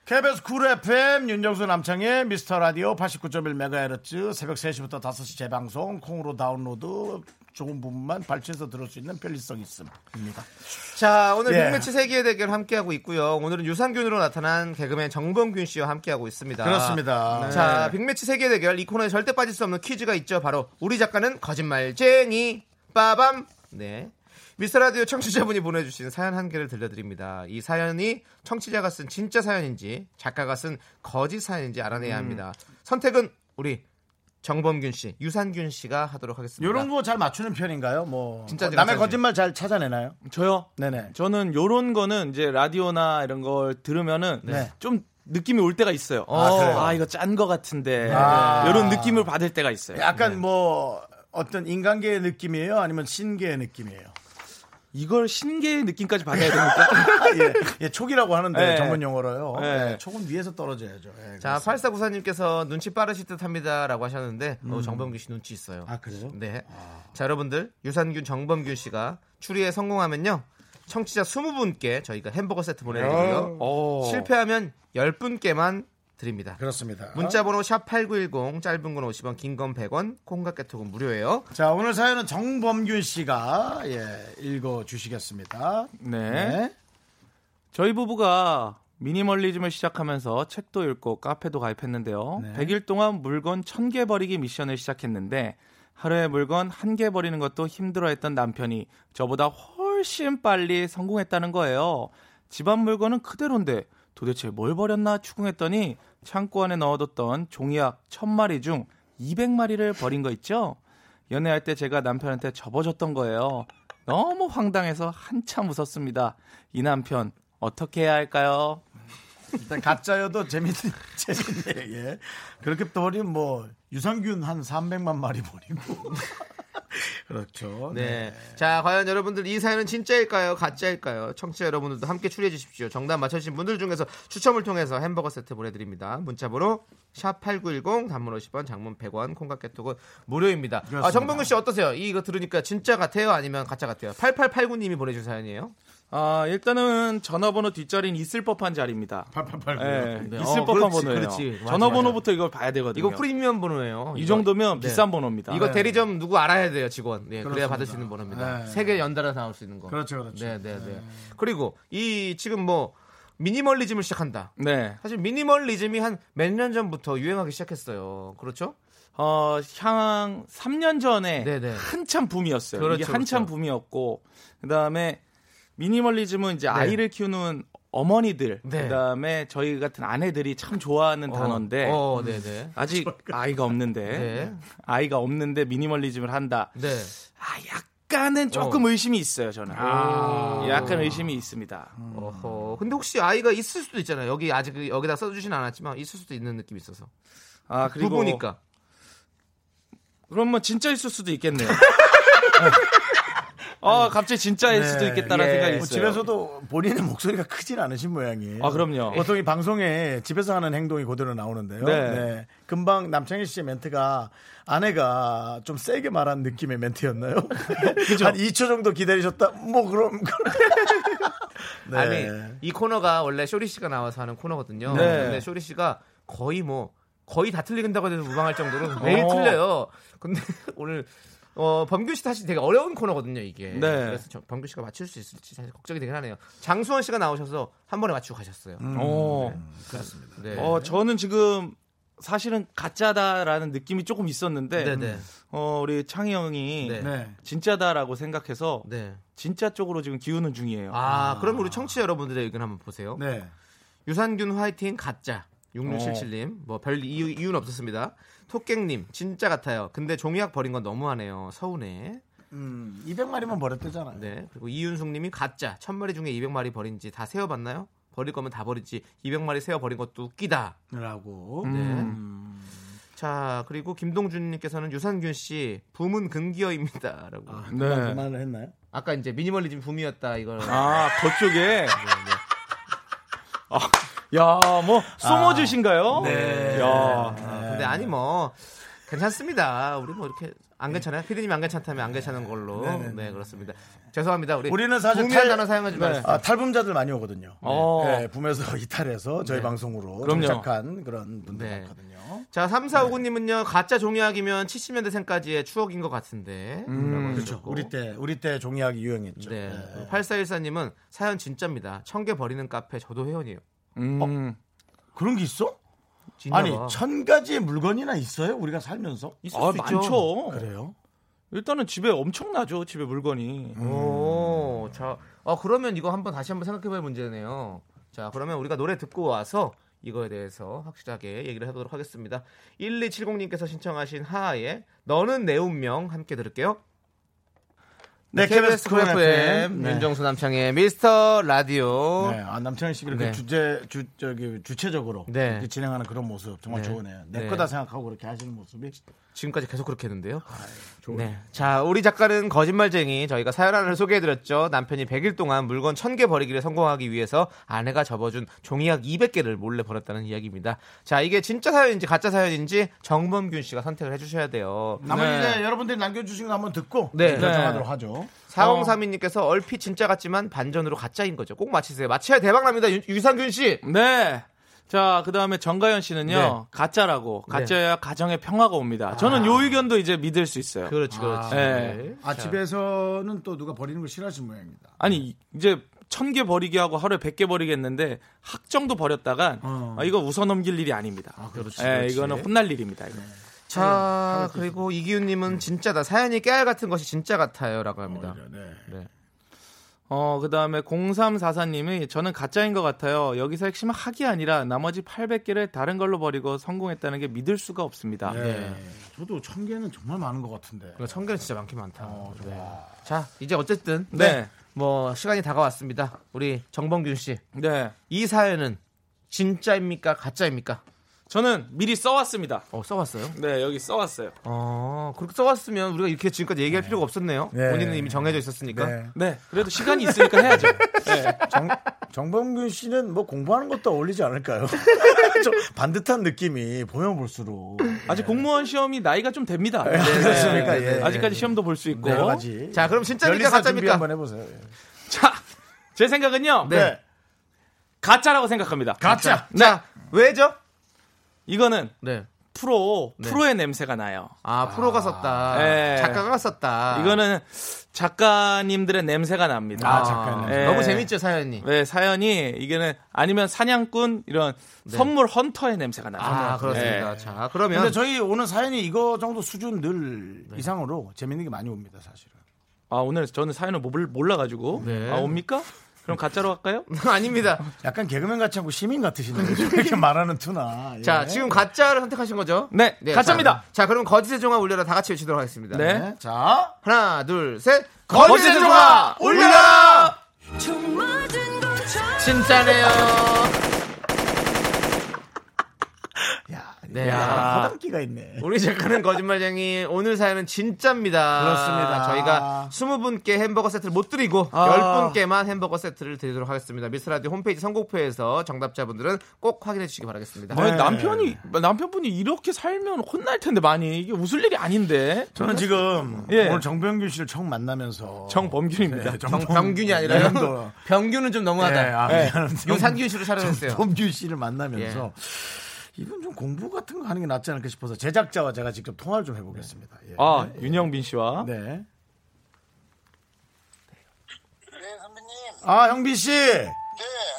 [SPEAKER 1] KBS 쿨 FM 윤정수 남창의 미스터 라디오 89.1MHz 새벽 3시부터 5시 재방송 콩으로 다운로드 좋은 부분만 발췌해서 들을 수 있는 편리성 있음입니다.
[SPEAKER 2] 자, 오늘
[SPEAKER 1] 예.
[SPEAKER 2] 빅매치 세계의 대결 함께하고 있고요. 오늘은 유산균으로 나타난 개그맨 정범균 씨와 함께하고 있습니다.
[SPEAKER 1] 그렇습니다. 네.
[SPEAKER 2] 자, 빅매치 세계의 대결 이 코너에 절대 빠질 수 없는 퀴즈가 있죠. 바로 우리 작가는 거짓말쟁이 빠밤. 네. 미스터 라디오 청취자분이 보내주신 사연 한 개를 들려드립니다. 이 사연이 청취자가 쓴 진짜 사연인지 작가가 쓴 거짓 사연인지
[SPEAKER 1] 음.
[SPEAKER 2] 알아내야 합니다. 선택은 우리 정범균 씨, 유산균 씨가 하도록 하겠습니다.
[SPEAKER 1] 요런 거 잘 맞추는 편인가요? 뭐
[SPEAKER 2] 진짜지,
[SPEAKER 1] 남의
[SPEAKER 2] 가짜지.
[SPEAKER 1] 거짓말 잘 찾아내나요?
[SPEAKER 8] 저요?
[SPEAKER 1] 네네.
[SPEAKER 8] 저는 요런 거는 이제 라디오나 이런 걸 들으면은
[SPEAKER 1] 네.
[SPEAKER 8] 좀 느낌이 올 때가 있어요.
[SPEAKER 1] 아, 그래요?
[SPEAKER 8] 이거 짠 거 같은데.
[SPEAKER 1] 아.
[SPEAKER 8] 이런 느낌을 받을 때가
[SPEAKER 10] 네.
[SPEAKER 8] 있어요.
[SPEAKER 1] 약간 뭐 어떤 인간계의 느낌이에요? 아니면 신계의 느낌이에요?
[SPEAKER 8] 이걸 신기의 느낌까지 받아야 됩니까?
[SPEAKER 1] 예, 예, 촉이라고 하는데
[SPEAKER 8] 네.
[SPEAKER 1] 전문 용어로요.
[SPEAKER 8] 네.
[SPEAKER 1] 네, 촉은 위에서 떨어져야죠. 예,
[SPEAKER 2] 자, 8494님께서 눈치 빠르실 듯 합니다라고 하셨는데, 어, 정범균 씨 눈치 있어요.
[SPEAKER 1] 음. 아, 그래요?
[SPEAKER 2] 네. 자, 여러분들, 유산균 정범균 씨가 추리에 성공하면요. 청취자 20분께 저희가 햄버거 세트
[SPEAKER 1] 아.
[SPEAKER 2] 보내드리고요. 실패하면 10분께만 드립니다.
[SPEAKER 1] 어. 그렇습니다.
[SPEAKER 2] 문자번호 샵8910, 짧은 건 50원, 긴 건 100원, 콩과 깨톡은 무료예요.
[SPEAKER 1] 자, 오늘 사연은 정범균 씨가 예, 읽어 주시겠습니다.
[SPEAKER 8] 네. 저희 부부가 미니멀리즘을 시작하면서 책도 읽고 카페도 가입했는데요. 100일 동안 물건 1000개 버리기 미션을 시작했는데 하루에 물건 1개 버리는 것도 힘들어했던 남편이 저보다 훨씬 빨리 성공했다는 거예요. 집안 물건은 그대로인데 도대체 뭘 버렸나 추궁했더니 창고 안에 넣어뒀던 종이약 1000마리 중 200마리를 버린 거 있죠? 연애할 때 제가 남편한테 접어줬던 거예요. 너무 황당해서 한참 웃었습니다. 이 남편 어떻게 해야 할까요?
[SPEAKER 1] 일단 가짜여도 재밌는 재밌네. 예. 그렇게 또 버리면 뭐 유산균 한 300만 마리 버리고. 그렇죠.
[SPEAKER 2] 네. 자, 과연 여러분들 이 사연은 진짜일까요? 가짜일까요? 청취자 여러분들도 함께 추리해 주십시오. 정답 맞춰주신 분들 중에서 추첨을 통해서 햄버거 세트 보내드립니다. 문자번호 샵8910 단문 50원 장문 100원 콩깍개톡은 무료입니다.
[SPEAKER 1] 그렇습니다.
[SPEAKER 2] 아, 정봉근 씨 어떠세요? 이- 이거 들으니까 진짜 같아요? 아니면 가짜 같아요? 8889님이 보내준 사연이에요.
[SPEAKER 8] 아 일단은 전화번호 뒷자리는 있을 법한 자리입니다.
[SPEAKER 1] 888.
[SPEAKER 8] 예,
[SPEAKER 2] 네.
[SPEAKER 8] 있을
[SPEAKER 2] 어,
[SPEAKER 8] 법한
[SPEAKER 2] 그렇지,
[SPEAKER 8] 번호예요.
[SPEAKER 2] 그렇지. 맞아,
[SPEAKER 8] 전화번호부터 이걸 봐야 되거든요.
[SPEAKER 2] 이거 프리미엄 번호예요.
[SPEAKER 8] 이
[SPEAKER 2] 이거.
[SPEAKER 8] 정도면
[SPEAKER 2] 네.
[SPEAKER 8] 비싼 번호입니다.
[SPEAKER 2] 이거 대리점 누구 알아야 돼요 직원. 네, 그래야
[SPEAKER 1] 그렇습니다.
[SPEAKER 2] 받을 수 있는 번호입니다.
[SPEAKER 1] 네.
[SPEAKER 2] 세 개 연달아 나올 수 있는 거.
[SPEAKER 1] 그렇죠, 그렇죠.
[SPEAKER 2] 네, 네, 네. 그리고 이 지금 뭐 미니멀리즘을 시작한다.
[SPEAKER 8] 네.
[SPEAKER 2] 사실 미니멀리즘이 한 몇 년 전부터 유행하기 시작했어요. 그렇죠?
[SPEAKER 8] 어, 향 3년 전에
[SPEAKER 2] 네네.
[SPEAKER 8] 한참 붐이었어요.
[SPEAKER 2] 그렇죠,
[SPEAKER 8] 이게 한참
[SPEAKER 2] 그렇죠.
[SPEAKER 8] 붐이었고 그다음에 미니멀리즘은 이제 아이를 키우는 어머니들
[SPEAKER 2] 네.
[SPEAKER 8] 그다음에 저희 같은 아내들이 참 좋아하는 단어인데
[SPEAKER 2] 어, 네네.
[SPEAKER 8] 아직 아이가 없는데
[SPEAKER 2] 네.
[SPEAKER 8] 아이가 없는데 미니멀리즘을 한다.
[SPEAKER 2] 네.
[SPEAKER 8] 아, 약간은 조금 의심이 있어요, 저는. 예, 약간 의심이 있습니다.
[SPEAKER 2] 어허. 근데 혹시 아이가 있을 수도 있잖아요. 여기 아직 여기다 써주진 않았지만 있을 수도 있는 느낌이 있어서.
[SPEAKER 8] 아, 그리고
[SPEAKER 2] 부부니까.
[SPEAKER 8] 그럼 뭐 진짜 있을 수도 있겠네요. 아, 갑자기 진짜일 수도 있겠다라는
[SPEAKER 2] 예.
[SPEAKER 8] 생각이 있어요.
[SPEAKER 2] 뭐
[SPEAKER 1] 네, 집에서도 본인의 목소리가 크진 않으신 모양이에요.
[SPEAKER 8] 아, 그럼요.
[SPEAKER 1] 보통 이 방송에 집에서 하는 행동이 그대로 나오는데요.
[SPEAKER 8] 네.
[SPEAKER 1] 금방 남창희 씨의 멘트가 아내가 좀 세게 말한 느낌의 멘트였나요? 한 2초 정도 기다리셨다. 뭐 그럼 그럼. 네.
[SPEAKER 2] 아니 이 코너가 원래 쇼리 씨가 나와서 하는 코너거든요.
[SPEAKER 8] 네.
[SPEAKER 2] 근데 쇼리 씨가 거의 뭐 거의 다 틀린다고 해도 무방할 정도로 매일
[SPEAKER 8] 어.
[SPEAKER 2] 틀려요. 근데 오늘 어, 범규 씨 다시 되게 어려운 코너거든요 이게.
[SPEAKER 8] 네.
[SPEAKER 2] 그래서 저- 범규 씨가 맞출 수 있을지 사실 걱정이 되긴 하네요. 장수원 씨가 나오셔서 한 번에 맞추고 가셨어요.
[SPEAKER 8] 어.
[SPEAKER 2] 네.
[SPEAKER 8] 어, 저는 지금 사실은 가짜다라는 느낌이 조금 있었는데
[SPEAKER 2] 네네.
[SPEAKER 8] 어, 우리 창희 형이
[SPEAKER 2] 네.
[SPEAKER 1] 네.
[SPEAKER 8] 진짜다라고 생각해서
[SPEAKER 2] 네.
[SPEAKER 8] 진짜 쪽으로 지금 기우는 중이에요.
[SPEAKER 2] 아, 그럼 우리 청취자 여러분들의 의견 한번 보세요.
[SPEAKER 1] 네.
[SPEAKER 2] 유산균 화이팅 가짜
[SPEAKER 8] 어.
[SPEAKER 2] 6677님 뭐 별 이유, 이유는 없었습니다 토깽님 진짜 같아요 근데 종이학 버린 건 너무하네요 서운해
[SPEAKER 1] 음, 200마리만 버렸대잖아요.
[SPEAKER 2] 네 그리고 이윤숙님이 가짜 천마리 중에 200마리 버린지 다 세어봤나요? 버릴 거면 다 버리지 200마리 세어버린 것도 웃기다
[SPEAKER 1] 라고.
[SPEAKER 8] 음.
[SPEAKER 2] 네. 자 그리고 김동준님께서는 유산균 씨 붐은 금기어입니다라고
[SPEAKER 1] 아,
[SPEAKER 2] 아.
[SPEAKER 1] 그만,
[SPEAKER 8] 네.
[SPEAKER 1] 그만을 했나요?
[SPEAKER 2] 까 이제 미니멀리즘 붐이었다 이걸
[SPEAKER 8] 아, 그쪽에. 아, 야, 뭐 소머즈신가요?
[SPEAKER 2] 네.
[SPEAKER 8] 야.
[SPEAKER 2] 아, 근데 아니 뭐 괜찮습니다. 우리 뭐 이렇게 안 괜찮아요? 피디님 안 괜찮다면 안 괜찮은 걸로. 네 그렇습니다. 죄송합니다. 우리
[SPEAKER 1] 우리는 사실
[SPEAKER 2] 부미한
[SPEAKER 1] 탈-
[SPEAKER 2] 단어 사용하지 마세요.
[SPEAKER 1] 아, 탈북자들 많이 오거든요.
[SPEAKER 8] 어. 네.
[SPEAKER 1] 네, 붐에서 이탈해서 저희 방송으로
[SPEAKER 8] 그럼요.
[SPEAKER 1] 정착한 그런 분들
[SPEAKER 2] 네.
[SPEAKER 1] 많거든요.
[SPEAKER 2] 자 3459님은요 가짜 종이학이면 70년대생까지의 추억인 것 같은데.
[SPEAKER 1] 그렇죠. 우리 때 우리 때 종이학이 유행했죠.
[SPEAKER 2] 네.
[SPEAKER 1] 네.
[SPEAKER 2] 8414님은 사연 진짜입니다. 청개 버리는 카페 저도 회원이에요.
[SPEAKER 8] 음.
[SPEAKER 1] 그런 게 있어?
[SPEAKER 2] 진짜
[SPEAKER 1] 아니
[SPEAKER 2] 봐.
[SPEAKER 1] 천 가지의 물건이나 있어요? 우리가 살면서?
[SPEAKER 2] 있을
[SPEAKER 8] 아,
[SPEAKER 2] 수 있죠.
[SPEAKER 8] 많죠.
[SPEAKER 1] 그래요?
[SPEAKER 8] 일단은 집에 엄청나죠. 집에 물건이.
[SPEAKER 1] 음.
[SPEAKER 2] 오, 자, 어 그러면 이거 한번 다시 한번 생각해볼 문제네요. 자, 그러면 우리가 노래 듣고 와서 이거에 대해서 확실하게 얘기를 해보도록 하겠습니다. 1270님께서 신청하신 하하의 너는 내 운명 함께 들을게요.
[SPEAKER 1] 네, KBS 쿨
[SPEAKER 2] 쿨
[SPEAKER 1] FM.
[SPEAKER 2] FM,
[SPEAKER 1] 네.
[SPEAKER 2] 윤정수 남창의 미스터 라디오.
[SPEAKER 1] 네, 아, 남창희 씨 이렇게
[SPEAKER 2] 네.
[SPEAKER 1] 주제 주 저기 주체적으로
[SPEAKER 2] 네.
[SPEAKER 1] 이렇게 진행하는 그런 모습 정말
[SPEAKER 2] 네.
[SPEAKER 1] 좋으네요. 내
[SPEAKER 2] 네.
[SPEAKER 1] 거다 생각하고 그렇게 하시는 모습이
[SPEAKER 2] 지금까지 계속 그렇게 했는데요. 네. 자, 우리 작가는 거짓말쟁이 저희가 사연 하나를 소개해드렸죠. 남편이 100일 동안 물건 1000개 버리기를 성공하기 위해서 아내가 접어준 종이약 200개를 몰래 버렸다는 이야기입니다. 자, 이게 진짜 사연인지 가짜 사연인지 정범균 씨가 선택을 해주셔야 돼요.
[SPEAKER 1] 나머지 네. 여러분들이 남겨주신 거 한번 듣고
[SPEAKER 2] 네.
[SPEAKER 1] 결정하도록 하죠.
[SPEAKER 2] 4032님께서 얼핏 진짜 같지만 반전으로 가짜인 거죠. 꼭 맞히세요. 맞혀야 대박납니다. 유- 유상균 씨.
[SPEAKER 8] 네. 자, 그 다음에 정가연 씨는요,
[SPEAKER 2] 네.
[SPEAKER 8] 가짜라고. 가짜야 가정에 평화가 옵니다. 저는 요 의견도 이제 믿을 수 있어요.
[SPEAKER 2] 그렇지, 그렇지.
[SPEAKER 8] 네.
[SPEAKER 1] 아 집에서는 또 누가 버리는 걸 싫어하신 모양입니다.
[SPEAKER 8] 아니, 이제 천 개 버리기 하고 하루에 백 개 버리겠는데, 학정도 버렸다간, 아, 이거 웃어 넘길 일이 아닙니다.
[SPEAKER 1] 그렇죠.
[SPEAKER 2] 그렇지,
[SPEAKER 8] 예,
[SPEAKER 2] 그렇지.
[SPEAKER 8] 이거는 혼날 일입니다. 이거.
[SPEAKER 2] 자, 그리고 이기훈님은 진짜다. 사연이 깨알 같은 것이 진짜 같아요. 라고 합니다.
[SPEAKER 1] 네.
[SPEAKER 8] 어, 그 다음에 0344님이 저는 가짜인 것 같아요. 여기서 핵심은 학이 아니라 나머지 800개를 다른 걸로 버리고 성공했다는 게 믿을 수가 없습니다.
[SPEAKER 1] 네. 저도 천 개는 정말 많은 것 같은데.
[SPEAKER 2] 그러니까 청결은 진짜 많긴 많다.
[SPEAKER 1] 그렇죠.
[SPEAKER 2] 네. 자, 이제 어쨌든
[SPEAKER 8] 어. 네.
[SPEAKER 2] 네. 뭐 시간이 다가왔습니다. 우리 정범균 씨,
[SPEAKER 8] 네.
[SPEAKER 2] 이 사연은 진짜입니까 가짜입니까?
[SPEAKER 8] 저는 미리 써왔습니다.
[SPEAKER 2] 어 써왔어요.
[SPEAKER 8] 네, 여기 써왔어요.
[SPEAKER 2] 어 그렇게 써왔으면 우리가 이렇게 지금까지 얘기할 필요가 없었네요.
[SPEAKER 1] 네.
[SPEAKER 2] 본인은 이미 정해져 있었으니까.
[SPEAKER 1] 네.
[SPEAKER 8] 네, 그래도 시간이 있으니까 해야죠. 네.
[SPEAKER 1] 정, 정범균 씨는 뭐 공부하는 것도 어울리지 않을까요? 좀 반듯한 느낌이 보면 볼수록
[SPEAKER 8] 아직 공무원 시험이 나이가 좀 됩니다.
[SPEAKER 1] 그렇습니까?
[SPEAKER 8] 네, 네, 네.
[SPEAKER 1] 예.
[SPEAKER 8] 아직까지 시험도 볼 수 있고.
[SPEAKER 1] 여러 가지.
[SPEAKER 2] 자, 그럼 진짜입니까
[SPEAKER 1] 열리사 준비
[SPEAKER 2] 가짜입니까?
[SPEAKER 1] 한번 해보세요. 예.
[SPEAKER 8] 자, 제 생각은요.
[SPEAKER 1] 네.
[SPEAKER 8] 가짜라고 생각합니다.
[SPEAKER 1] 가짜. 네.
[SPEAKER 2] 자, 왜죠?
[SPEAKER 8] 이거는
[SPEAKER 2] 네.
[SPEAKER 8] 프로
[SPEAKER 2] 네.
[SPEAKER 8] 프로의 냄새가 나요.
[SPEAKER 2] 아 프로가 썼다.
[SPEAKER 1] 네.
[SPEAKER 8] 예.
[SPEAKER 2] 작가가 썼다.
[SPEAKER 8] 이거는 작가님들의 냄새가 납니다.
[SPEAKER 1] 아, 작가님.
[SPEAKER 8] 예.
[SPEAKER 2] 너무 재밌죠 사연이.
[SPEAKER 8] 네, 사연이 이게는 아니면 사냥꾼 이런 선물 헌터의 냄새가 나요.
[SPEAKER 2] 네. 아 그렇습니다.
[SPEAKER 8] 예.
[SPEAKER 2] 자 그러면
[SPEAKER 1] 근데 저희 오늘 사연이 이거 정도 수준 늘 이상으로 재밌는 게 많이 옵니다, 사실은.
[SPEAKER 8] 아 오늘 저는 사연을 몰- 몰라가지고
[SPEAKER 2] 네.
[SPEAKER 8] 아 옵니까? 그럼 가짜로 할까요?
[SPEAKER 2] 아닙니다.
[SPEAKER 1] 약간 개그맨 같이 하고 시민 같으시네요. 이렇게 말하는 투나. 예.
[SPEAKER 2] 자 지금 가짜를 선택하신 거죠?
[SPEAKER 8] 네, 가짜입니다.
[SPEAKER 2] 자, 자, 그럼 거짓의 종아 울려라 다 같이 외치도록 하겠습니다.
[SPEAKER 8] 네.
[SPEAKER 1] 네. 자,
[SPEAKER 2] 하나 둘셋
[SPEAKER 8] 거짓의 종아
[SPEAKER 2] 울려라.
[SPEAKER 4] 총 맞은 것처럼
[SPEAKER 2] 진짜네요.
[SPEAKER 1] 야,
[SPEAKER 2] 네.
[SPEAKER 1] 야, 허당기가 있네.
[SPEAKER 2] 우리 작가는 거짓말쟁이 오늘 사연은 진짜입니다.
[SPEAKER 1] 그렇습니다.
[SPEAKER 2] 저희가 20분께 햄버거 세트를 못 드리고
[SPEAKER 8] 아.
[SPEAKER 2] 10분께만 햄버거 세트를 드리도록 하겠습니다. 미스라디 홈페이지 선곡표에서 정답자분들은 꼭 확인해 주시기 바라겠습니다.
[SPEAKER 1] 네.
[SPEAKER 8] 아니, 남편이 남편분이 이렇게 살면 혼날 텐데 많이 이게 웃을 일이 아닌데
[SPEAKER 1] 저는 지금
[SPEAKER 8] 예.
[SPEAKER 1] 오늘 정병규 씨를 처음 만나면서
[SPEAKER 8] 정범균입니다.
[SPEAKER 1] 네, 정범-
[SPEAKER 2] 정병균이 아니라요.
[SPEAKER 1] 정도.
[SPEAKER 2] 병균은 좀
[SPEAKER 1] 예,
[SPEAKER 2] 너무하다.
[SPEAKER 1] 아,
[SPEAKER 8] 예.
[SPEAKER 1] 미안한데.
[SPEAKER 2] 용산균 씨로 살아냈어요.
[SPEAKER 1] 범규 씨를 만나면서
[SPEAKER 8] 예.
[SPEAKER 1] 이분 좀 공부 같은 거 하는 게 낫지 않을까 싶어서 제작자와 제가 직접 통화를 좀 해보겠습니다. 예.
[SPEAKER 8] 아 윤영빈 씨와
[SPEAKER 1] 네.
[SPEAKER 6] 네 선배님
[SPEAKER 1] 아 형빈 씨.
[SPEAKER 6] 네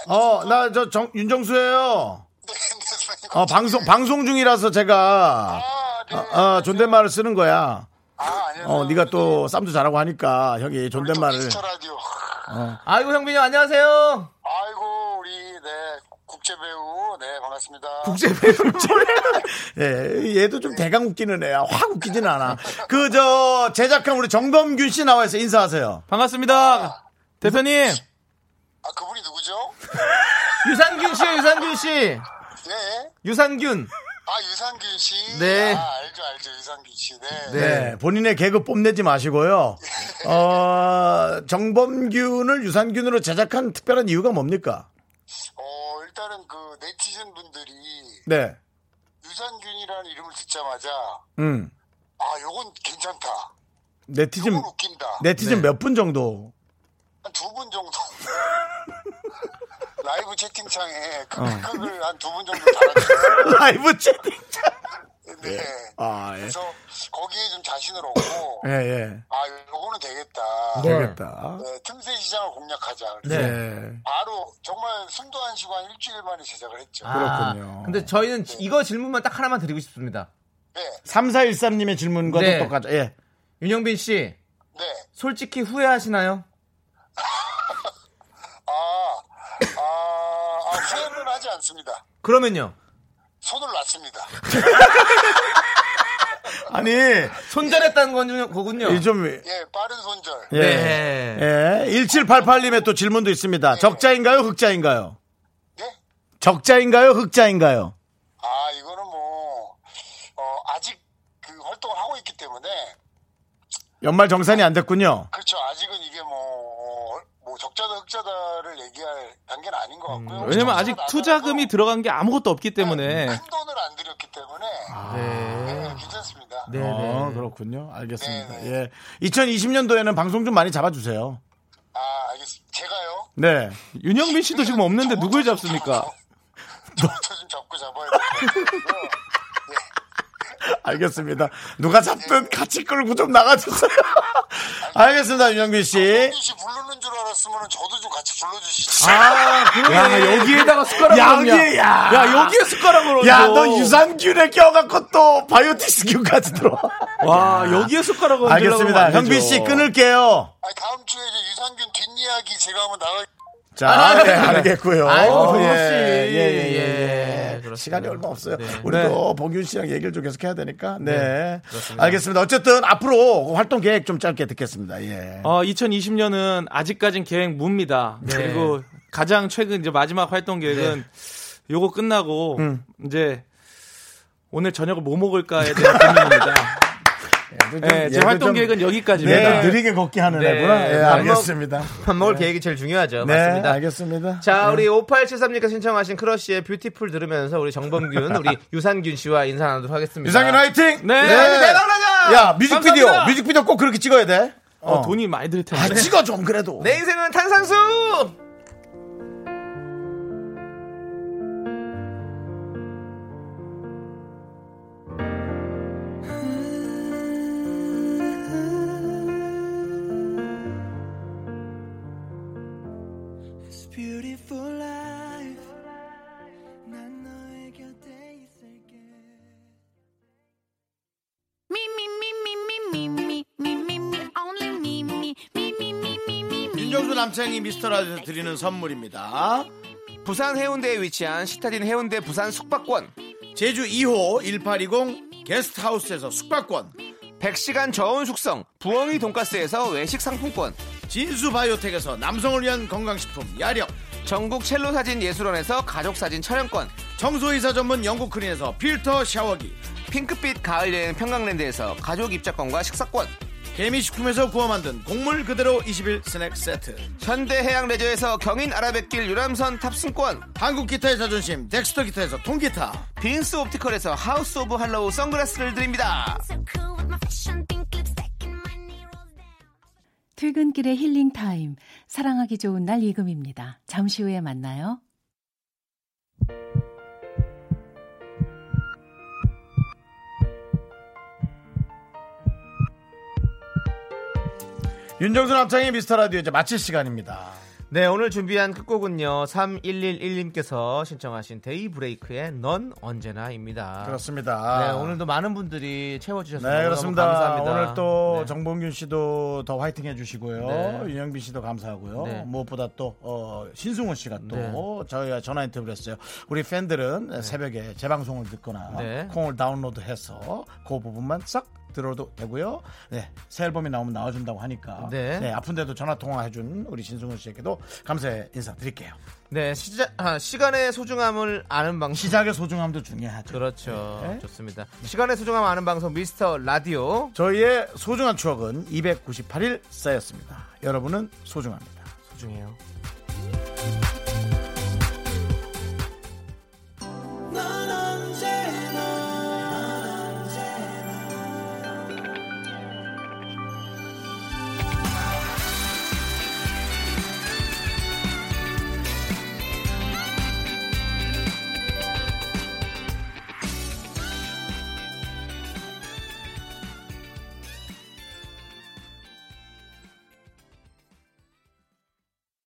[SPEAKER 1] 어, 나 저 정 윤정수예요.
[SPEAKER 6] 네, 네, 선배님.
[SPEAKER 1] 어 방송 방송 중이라서 제가
[SPEAKER 6] 아, 네.
[SPEAKER 1] 어, 어, 존댓말을 쓰는 거야.
[SPEAKER 6] 아, 아니요. 아,
[SPEAKER 1] 어 네가 또 쌈도 잘하고 하니까 형이
[SPEAKER 6] 우리 또
[SPEAKER 1] 존댓말을.
[SPEAKER 6] 미스터 라디오.
[SPEAKER 2] 아이고 형빈이 안녕하세요.
[SPEAKER 6] 아이고, 우리, 네, 국제 배우, 네, 반갑습니다.
[SPEAKER 1] 국제 배우 예, 얘도 좀 대강 웃기는 애야. 확 웃기진 않아. 그 저 제작한 우리 정범균 씨 나와 있어 인사하세요.
[SPEAKER 8] 반갑습니다. 대표님
[SPEAKER 6] 아, 그분이 누구죠?
[SPEAKER 2] 유산균 씨요 유산균 씨.
[SPEAKER 6] 네.
[SPEAKER 2] 유산균.
[SPEAKER 6] 아, 유산균 씨.
[SPEAKER 2] 네.
[SPEAKER 6] 아, 알죠, 알죠, 유산균 씨. 네.
[SPEAKER 2] 네.
[SPEAKER 1] 네, 본인의 개그 뽐내지 마시고요. 어, 정범균을 유산균으로 제작한 특별한 이유가 뭡니까?
[SPEAKER 6] 어, 일단은 그 네티즌 분들이
[SPEAKER 1] 네.
[SPEAKER 6] 유산균이라는 이름을 듣자마자,
[SPEAKER 1] 음.
[SPEAKER 6] 아, 요건 괜찮다.
[SPEAKER 1] 네티즌
[SPEAKER 6] 요건 웃긴다.
[SPEAKER 1] 음. 네티즌 몇 분 정도?
[SPEAKER 6] 한 두 분 정도. 라이브
[SPEAKER 1] 어.
[SPEAKER 6] 채팅창에 극극을 한 두 분 정도 달아주셨어요.
[SPEAKER 1] 라이브 채팅.
[SPEAKER 6] 네.
[SPEAKER 1] 아, 예.
[SPEAKER 6] 그래서 거기에 좀 자신을 얻고,
[SPEAKER 1] 예, 예.
[SPEAKER 6] 아, 요거는 되겠다.
[SPEAKER 1] 되겠다.
[SPEAKER 6] 네, 틈새 시장을 공략하자. 그래서
[SPEAKER 1] 네.
[SPEAKER 6] 바로 정말 숨도 안 쉬고 한 일주일 만에 제작을 했죠.
[SPEAKER 1] 그렇군요.
[SPEAKER 2] 아. 근데 저희는 이거 질문만 딱 하나만 드리고 싶습니다.
[SPEAKER 6] 네,
[SPEAKER 1] 3413님의 질문과도
[SPEAKER 2] 네.
[SPEAKER 1] 똑같아. 예.
[SPEAKER 2] 윤영빈 씨
[SPEAKER 6] 네.
[SPEAKER 2] 솔직히 후회하시나요?
[SPEAKER 6] 아, 아, 아 후회는 하지 않습니다.
[SPEAKER 2] 그러면요.
[SPEAKER 6] 손을 놨습니다.
[SPEAKER 1] 아니,
[SPEAKER 2] 손절했다는 건- 거군요.
[SPEAKER 1] 이 좀.
[SPEAKER 6] 예, 빠른 손절.
[SPEAKER 1] 예.
[SPEAKER 2] 네.
[SPEAKER 1] 예. 1788님의 또 질문도 있습니다. 적자인가요? 흑자인가요?
[SPEAKER 6] 네?
[SPEAKER 1] 적자인가요? 흑자인가요?
[SPEAKER 6] 아, 이거는 뭐, 어, 아직 그 활동을 하고 있기 때문에,
[SPEAKER 1] 연말 정산이 안 됐군요.
[SPEAKER 6] 그렇죠. 아직은 이게 뭐, 어, 뭐 적자다 흑자다를 얘기할 단계는 아닌 것 같고요.
[SPEAKER 2] 음.
[SPEAKER 8] 왜냐면 아직
[SPEAKER 6] 적자가
[SPEAKER 8] 투자금이
[SPEAKER 6] 나더라도
[SPEAKER 8] 들어간 게 아무것도 없기 때문에
[SPEAKER 6] 큰 돈을 안 들였기 때문에, 네, 괜찮습니다.
[SPEAKER 2] 네.
[SPEAKER 1] 어, 그렇군요. 알겠습니다.
[SPEAKER 6] 네, 네.
[SPEAKER 1] 예. 2020년도에는 방송 좀 많이 잡아주세요.
[SPEAKER 6] 아, 알겠습니다. 제가요?
[SPEAKER 1] 네.
[SPEAKER 8] 윤영빈 씨도 지금 없는데 누굴 잡습니까?
[SPEAKER 6] 저부터 좀 잡고 잡아야 될 것 같아요. 네.
[SPEAKER 1] 알겠습니다. 누가 잡든 같이 끌고 좀 나가주세요. 알겠습니다, 윤영빈 씨.
[SPEAKER 6] 씨 부르는 줄 알았으면 저도 좀 같이 불러주시지.
[SPEAKER 8] 아, 그러네. 야, 여기에다가 숟가락을
[SPEAKER 1] 야,
[SPEAKER 8] 얹냐.
[SPEAKER 1] 여기에, 야.
[SPEAKER 8] 야, 여기에 숟가락을 얹어.
[SPEAKER 1] 야, 너 유산균에 껴갖고 또 바이오티스균까지 들어와.
[SPEAKER 2] 아,
[SPEAKER 8] 와, 여기에 숟가락을 얹으려고
[SPEAKER 1] 알겠습니다.
[SPEAKER 8] 하면 안 되죠.
[SPEAKER 1] 형빈 씨 끊을게요.
[SPEAKER 6] 아니, 다음 주에 이제 유산균 뒷이야기 제가 한번 나가.
[SPEAKER 1] 자, 네, 알겠고요.
[SPEAKER 2] 아이고, 정우 씨.
[SPEAKER 1] 예, 예, 예, 예,
[SPEAKER 2] 예,
[SPEAKER 1] 예.
[SPEAKER 2] 그렇습니다.
[SPEAKER 1] 시간이 얼마 없어요.
[SPEAKER 2] 네.
[SPEAKER 1] 우리도 봉균 씨랑 얘기를 좀 계속 해야 되니까. 네. 알겠습니다. 어쨌든 앞으로 활동 계획 좀 짧게 듣겠습니다. 예.
[SPEAKER 8] 어, 2020년은 아직까진 계획 무입니다.
[SPEAKER 1] 네.
[SPEAKER 8] 그리고 가장 최근 이제 마지막 활동 계획은
[SPEAKER 1] 네.
[SPEAKER 8] 요거 끝나고
[SPEAKER 1] 음.
[SPEAKER 8] 이제 오늘 저녁을 뭐 먹을까에 대한 고민입니다. 네, 제 활동 계획은 여기까지입니다.
[SPEAKER 1] 예, 네, 느리게 걷기 하는
[SPEAKER 2] 네.
[SPEAKER 1] 애구나. 예,
[SPEAKER 2] 밥 먹-
[SPEAKER 1] 알겠습니다.
[SPEAKER 2] 밥 먹을 계획이 제일 중요하죠.
[SPEAKER 1] 네,
[SPEAKER 2] 맞습니다.
[SPEAKER 1] 알겠습니다. 네.
[SPEAKER 2] 자, 우리 5873님께서 신청하신 크러쉬의 뷰티풀 들으면서 우리 정범균, 우리 유산균 씨와 인사 나누도록 하겠습니다.
[SPEAKER 1] 유상현 화이팅!
[SPEAKER 8] 네.
[SPEAKER 2] 유산균 대박나자!
[SPEAKER 1] 야, 뮤직비디오,
[SPEAKER 2] 감사합니다.
[SPEAKER 1] 뮤직비디오 꼭 그렇게 찍어야 돼.
[SPEAKER 8] 어, 돈이 많이 들 텐데.
[SPEAKER 1] 아, 찍어 좀 그래도.
[SPEAKER 2] 네. 내 인생은 탄산수!
[SPEAKER 1] 남창희 미스터라디오 드리는 선물입니다.
[SPEAKER 2] 부산 해운대에 위치한 시타딘 해운대 부산 숙박권
[SPEAKER 1] 제주 2호 1820 게스트하우스에서 숙박권
[SPEAKER 2] 100시간 저온 숙성 부엉이 돈가스에서 외식 상품권
[SPEAKER 1] 진수 바이오텍에서 남성을 위한 건강식품 야력
[SPEAKER 2] 전국 첼로 사진 예술원에서 가족 사진 촬영권
[SPEAKER 1] 청소이사 전문 영국 크린에서 필터 샤워기
[SPEAKER 2] 핑크빛 가을 여행 평강랜드에서 가족 입장권과 식사권
[SPEAKER 1] 개미식품에서 구워 만든 곡물 그대로 21 스낵 세트
[SPEAKER 2] 현대해양레저에서 경인 아라뱃길 유람선 탑승권
[SPEAKER 1] 한국 기타의 자존심 덱스터 기타에서 통기타
[SPEAKER 2] 빈스 옵티컬에서 하우스 오브 할로우 선글라스를 드립니다
[SPEAKER 4] So cool with my fashion, pink lipstick and my knee rolls down.
[SPEAKER 11] 퇴근길의 힐링 타임. 사랑하기 좋은 날 이금입니다. 잠시 후에 만나요.
[SPEAKER 1] 윤정수 남창희 미스터라디오 이제 마칠 시간입니다.
[SPEAKER 2] 네 오늘 준비한 끝곡은요 3111님께서 신청하신 데이브레이크의 넌 언제나입니다
[SPEAKER 1] 그렇습니다.
[SPEAKER 2] 네, 오늘도 많은 분들이 채워주셔서
[SPEAKER 1] 네,
[SPEAKER 2] 너무너무
[SPEAKER 1] 그렇습니다.
[SPEAKER 2] 감사합니다.
[SPEAKER 1] 오늘 또
[SPEAKER 2] 네.
[SPEAKER 1] 정봉균 씨도 더 화이팅 해주시고요.
[SPEAKER 2] 네.
[SPEAKER 1] 윤영빈 씨도 감사하고요.
[SPEAKER 2] 네.
[SPEAKER 1] 무엇보다 또 어, 신승훈 씨가 또
[SPEAKER 2] 네.
[SPEAKER 1] 저희가 전화 인터뷰를 했어요. 우리 팬들은 새벽에 재방송을 듣거나
[SPEAKER 2] 네.
[SPEAKER 1] 콩을 다운로드해서 그 부분만 싹 들어도 되고요. 네, 새 앨범이 나오면 나와준다고 하니까
[SPEAKER 2] 네.
[SPEAKER 1] 아픈데도 전화 통화해준 우리 신승훈 씨에게도 감사의 인사 드릴게요.
[SPEAKER 2] 네, 시작, 아, 시간의 소중함을 아는 방식.
[SPEAKER 1] 시작의 소중함도 중요하죠.
[SPEAKER 2] 그렇죠.
[SPEAKER 1] 네.
[SPEAKER 2] 좋습니다. 시간의 소중함 아는 방송 미스터 라디오.
[SPEAKER 1] 저희의 소중한 추억은 298일 쌓였습니다. 여러분은 소중합니다.
[SPEAKER 2] 소중해요.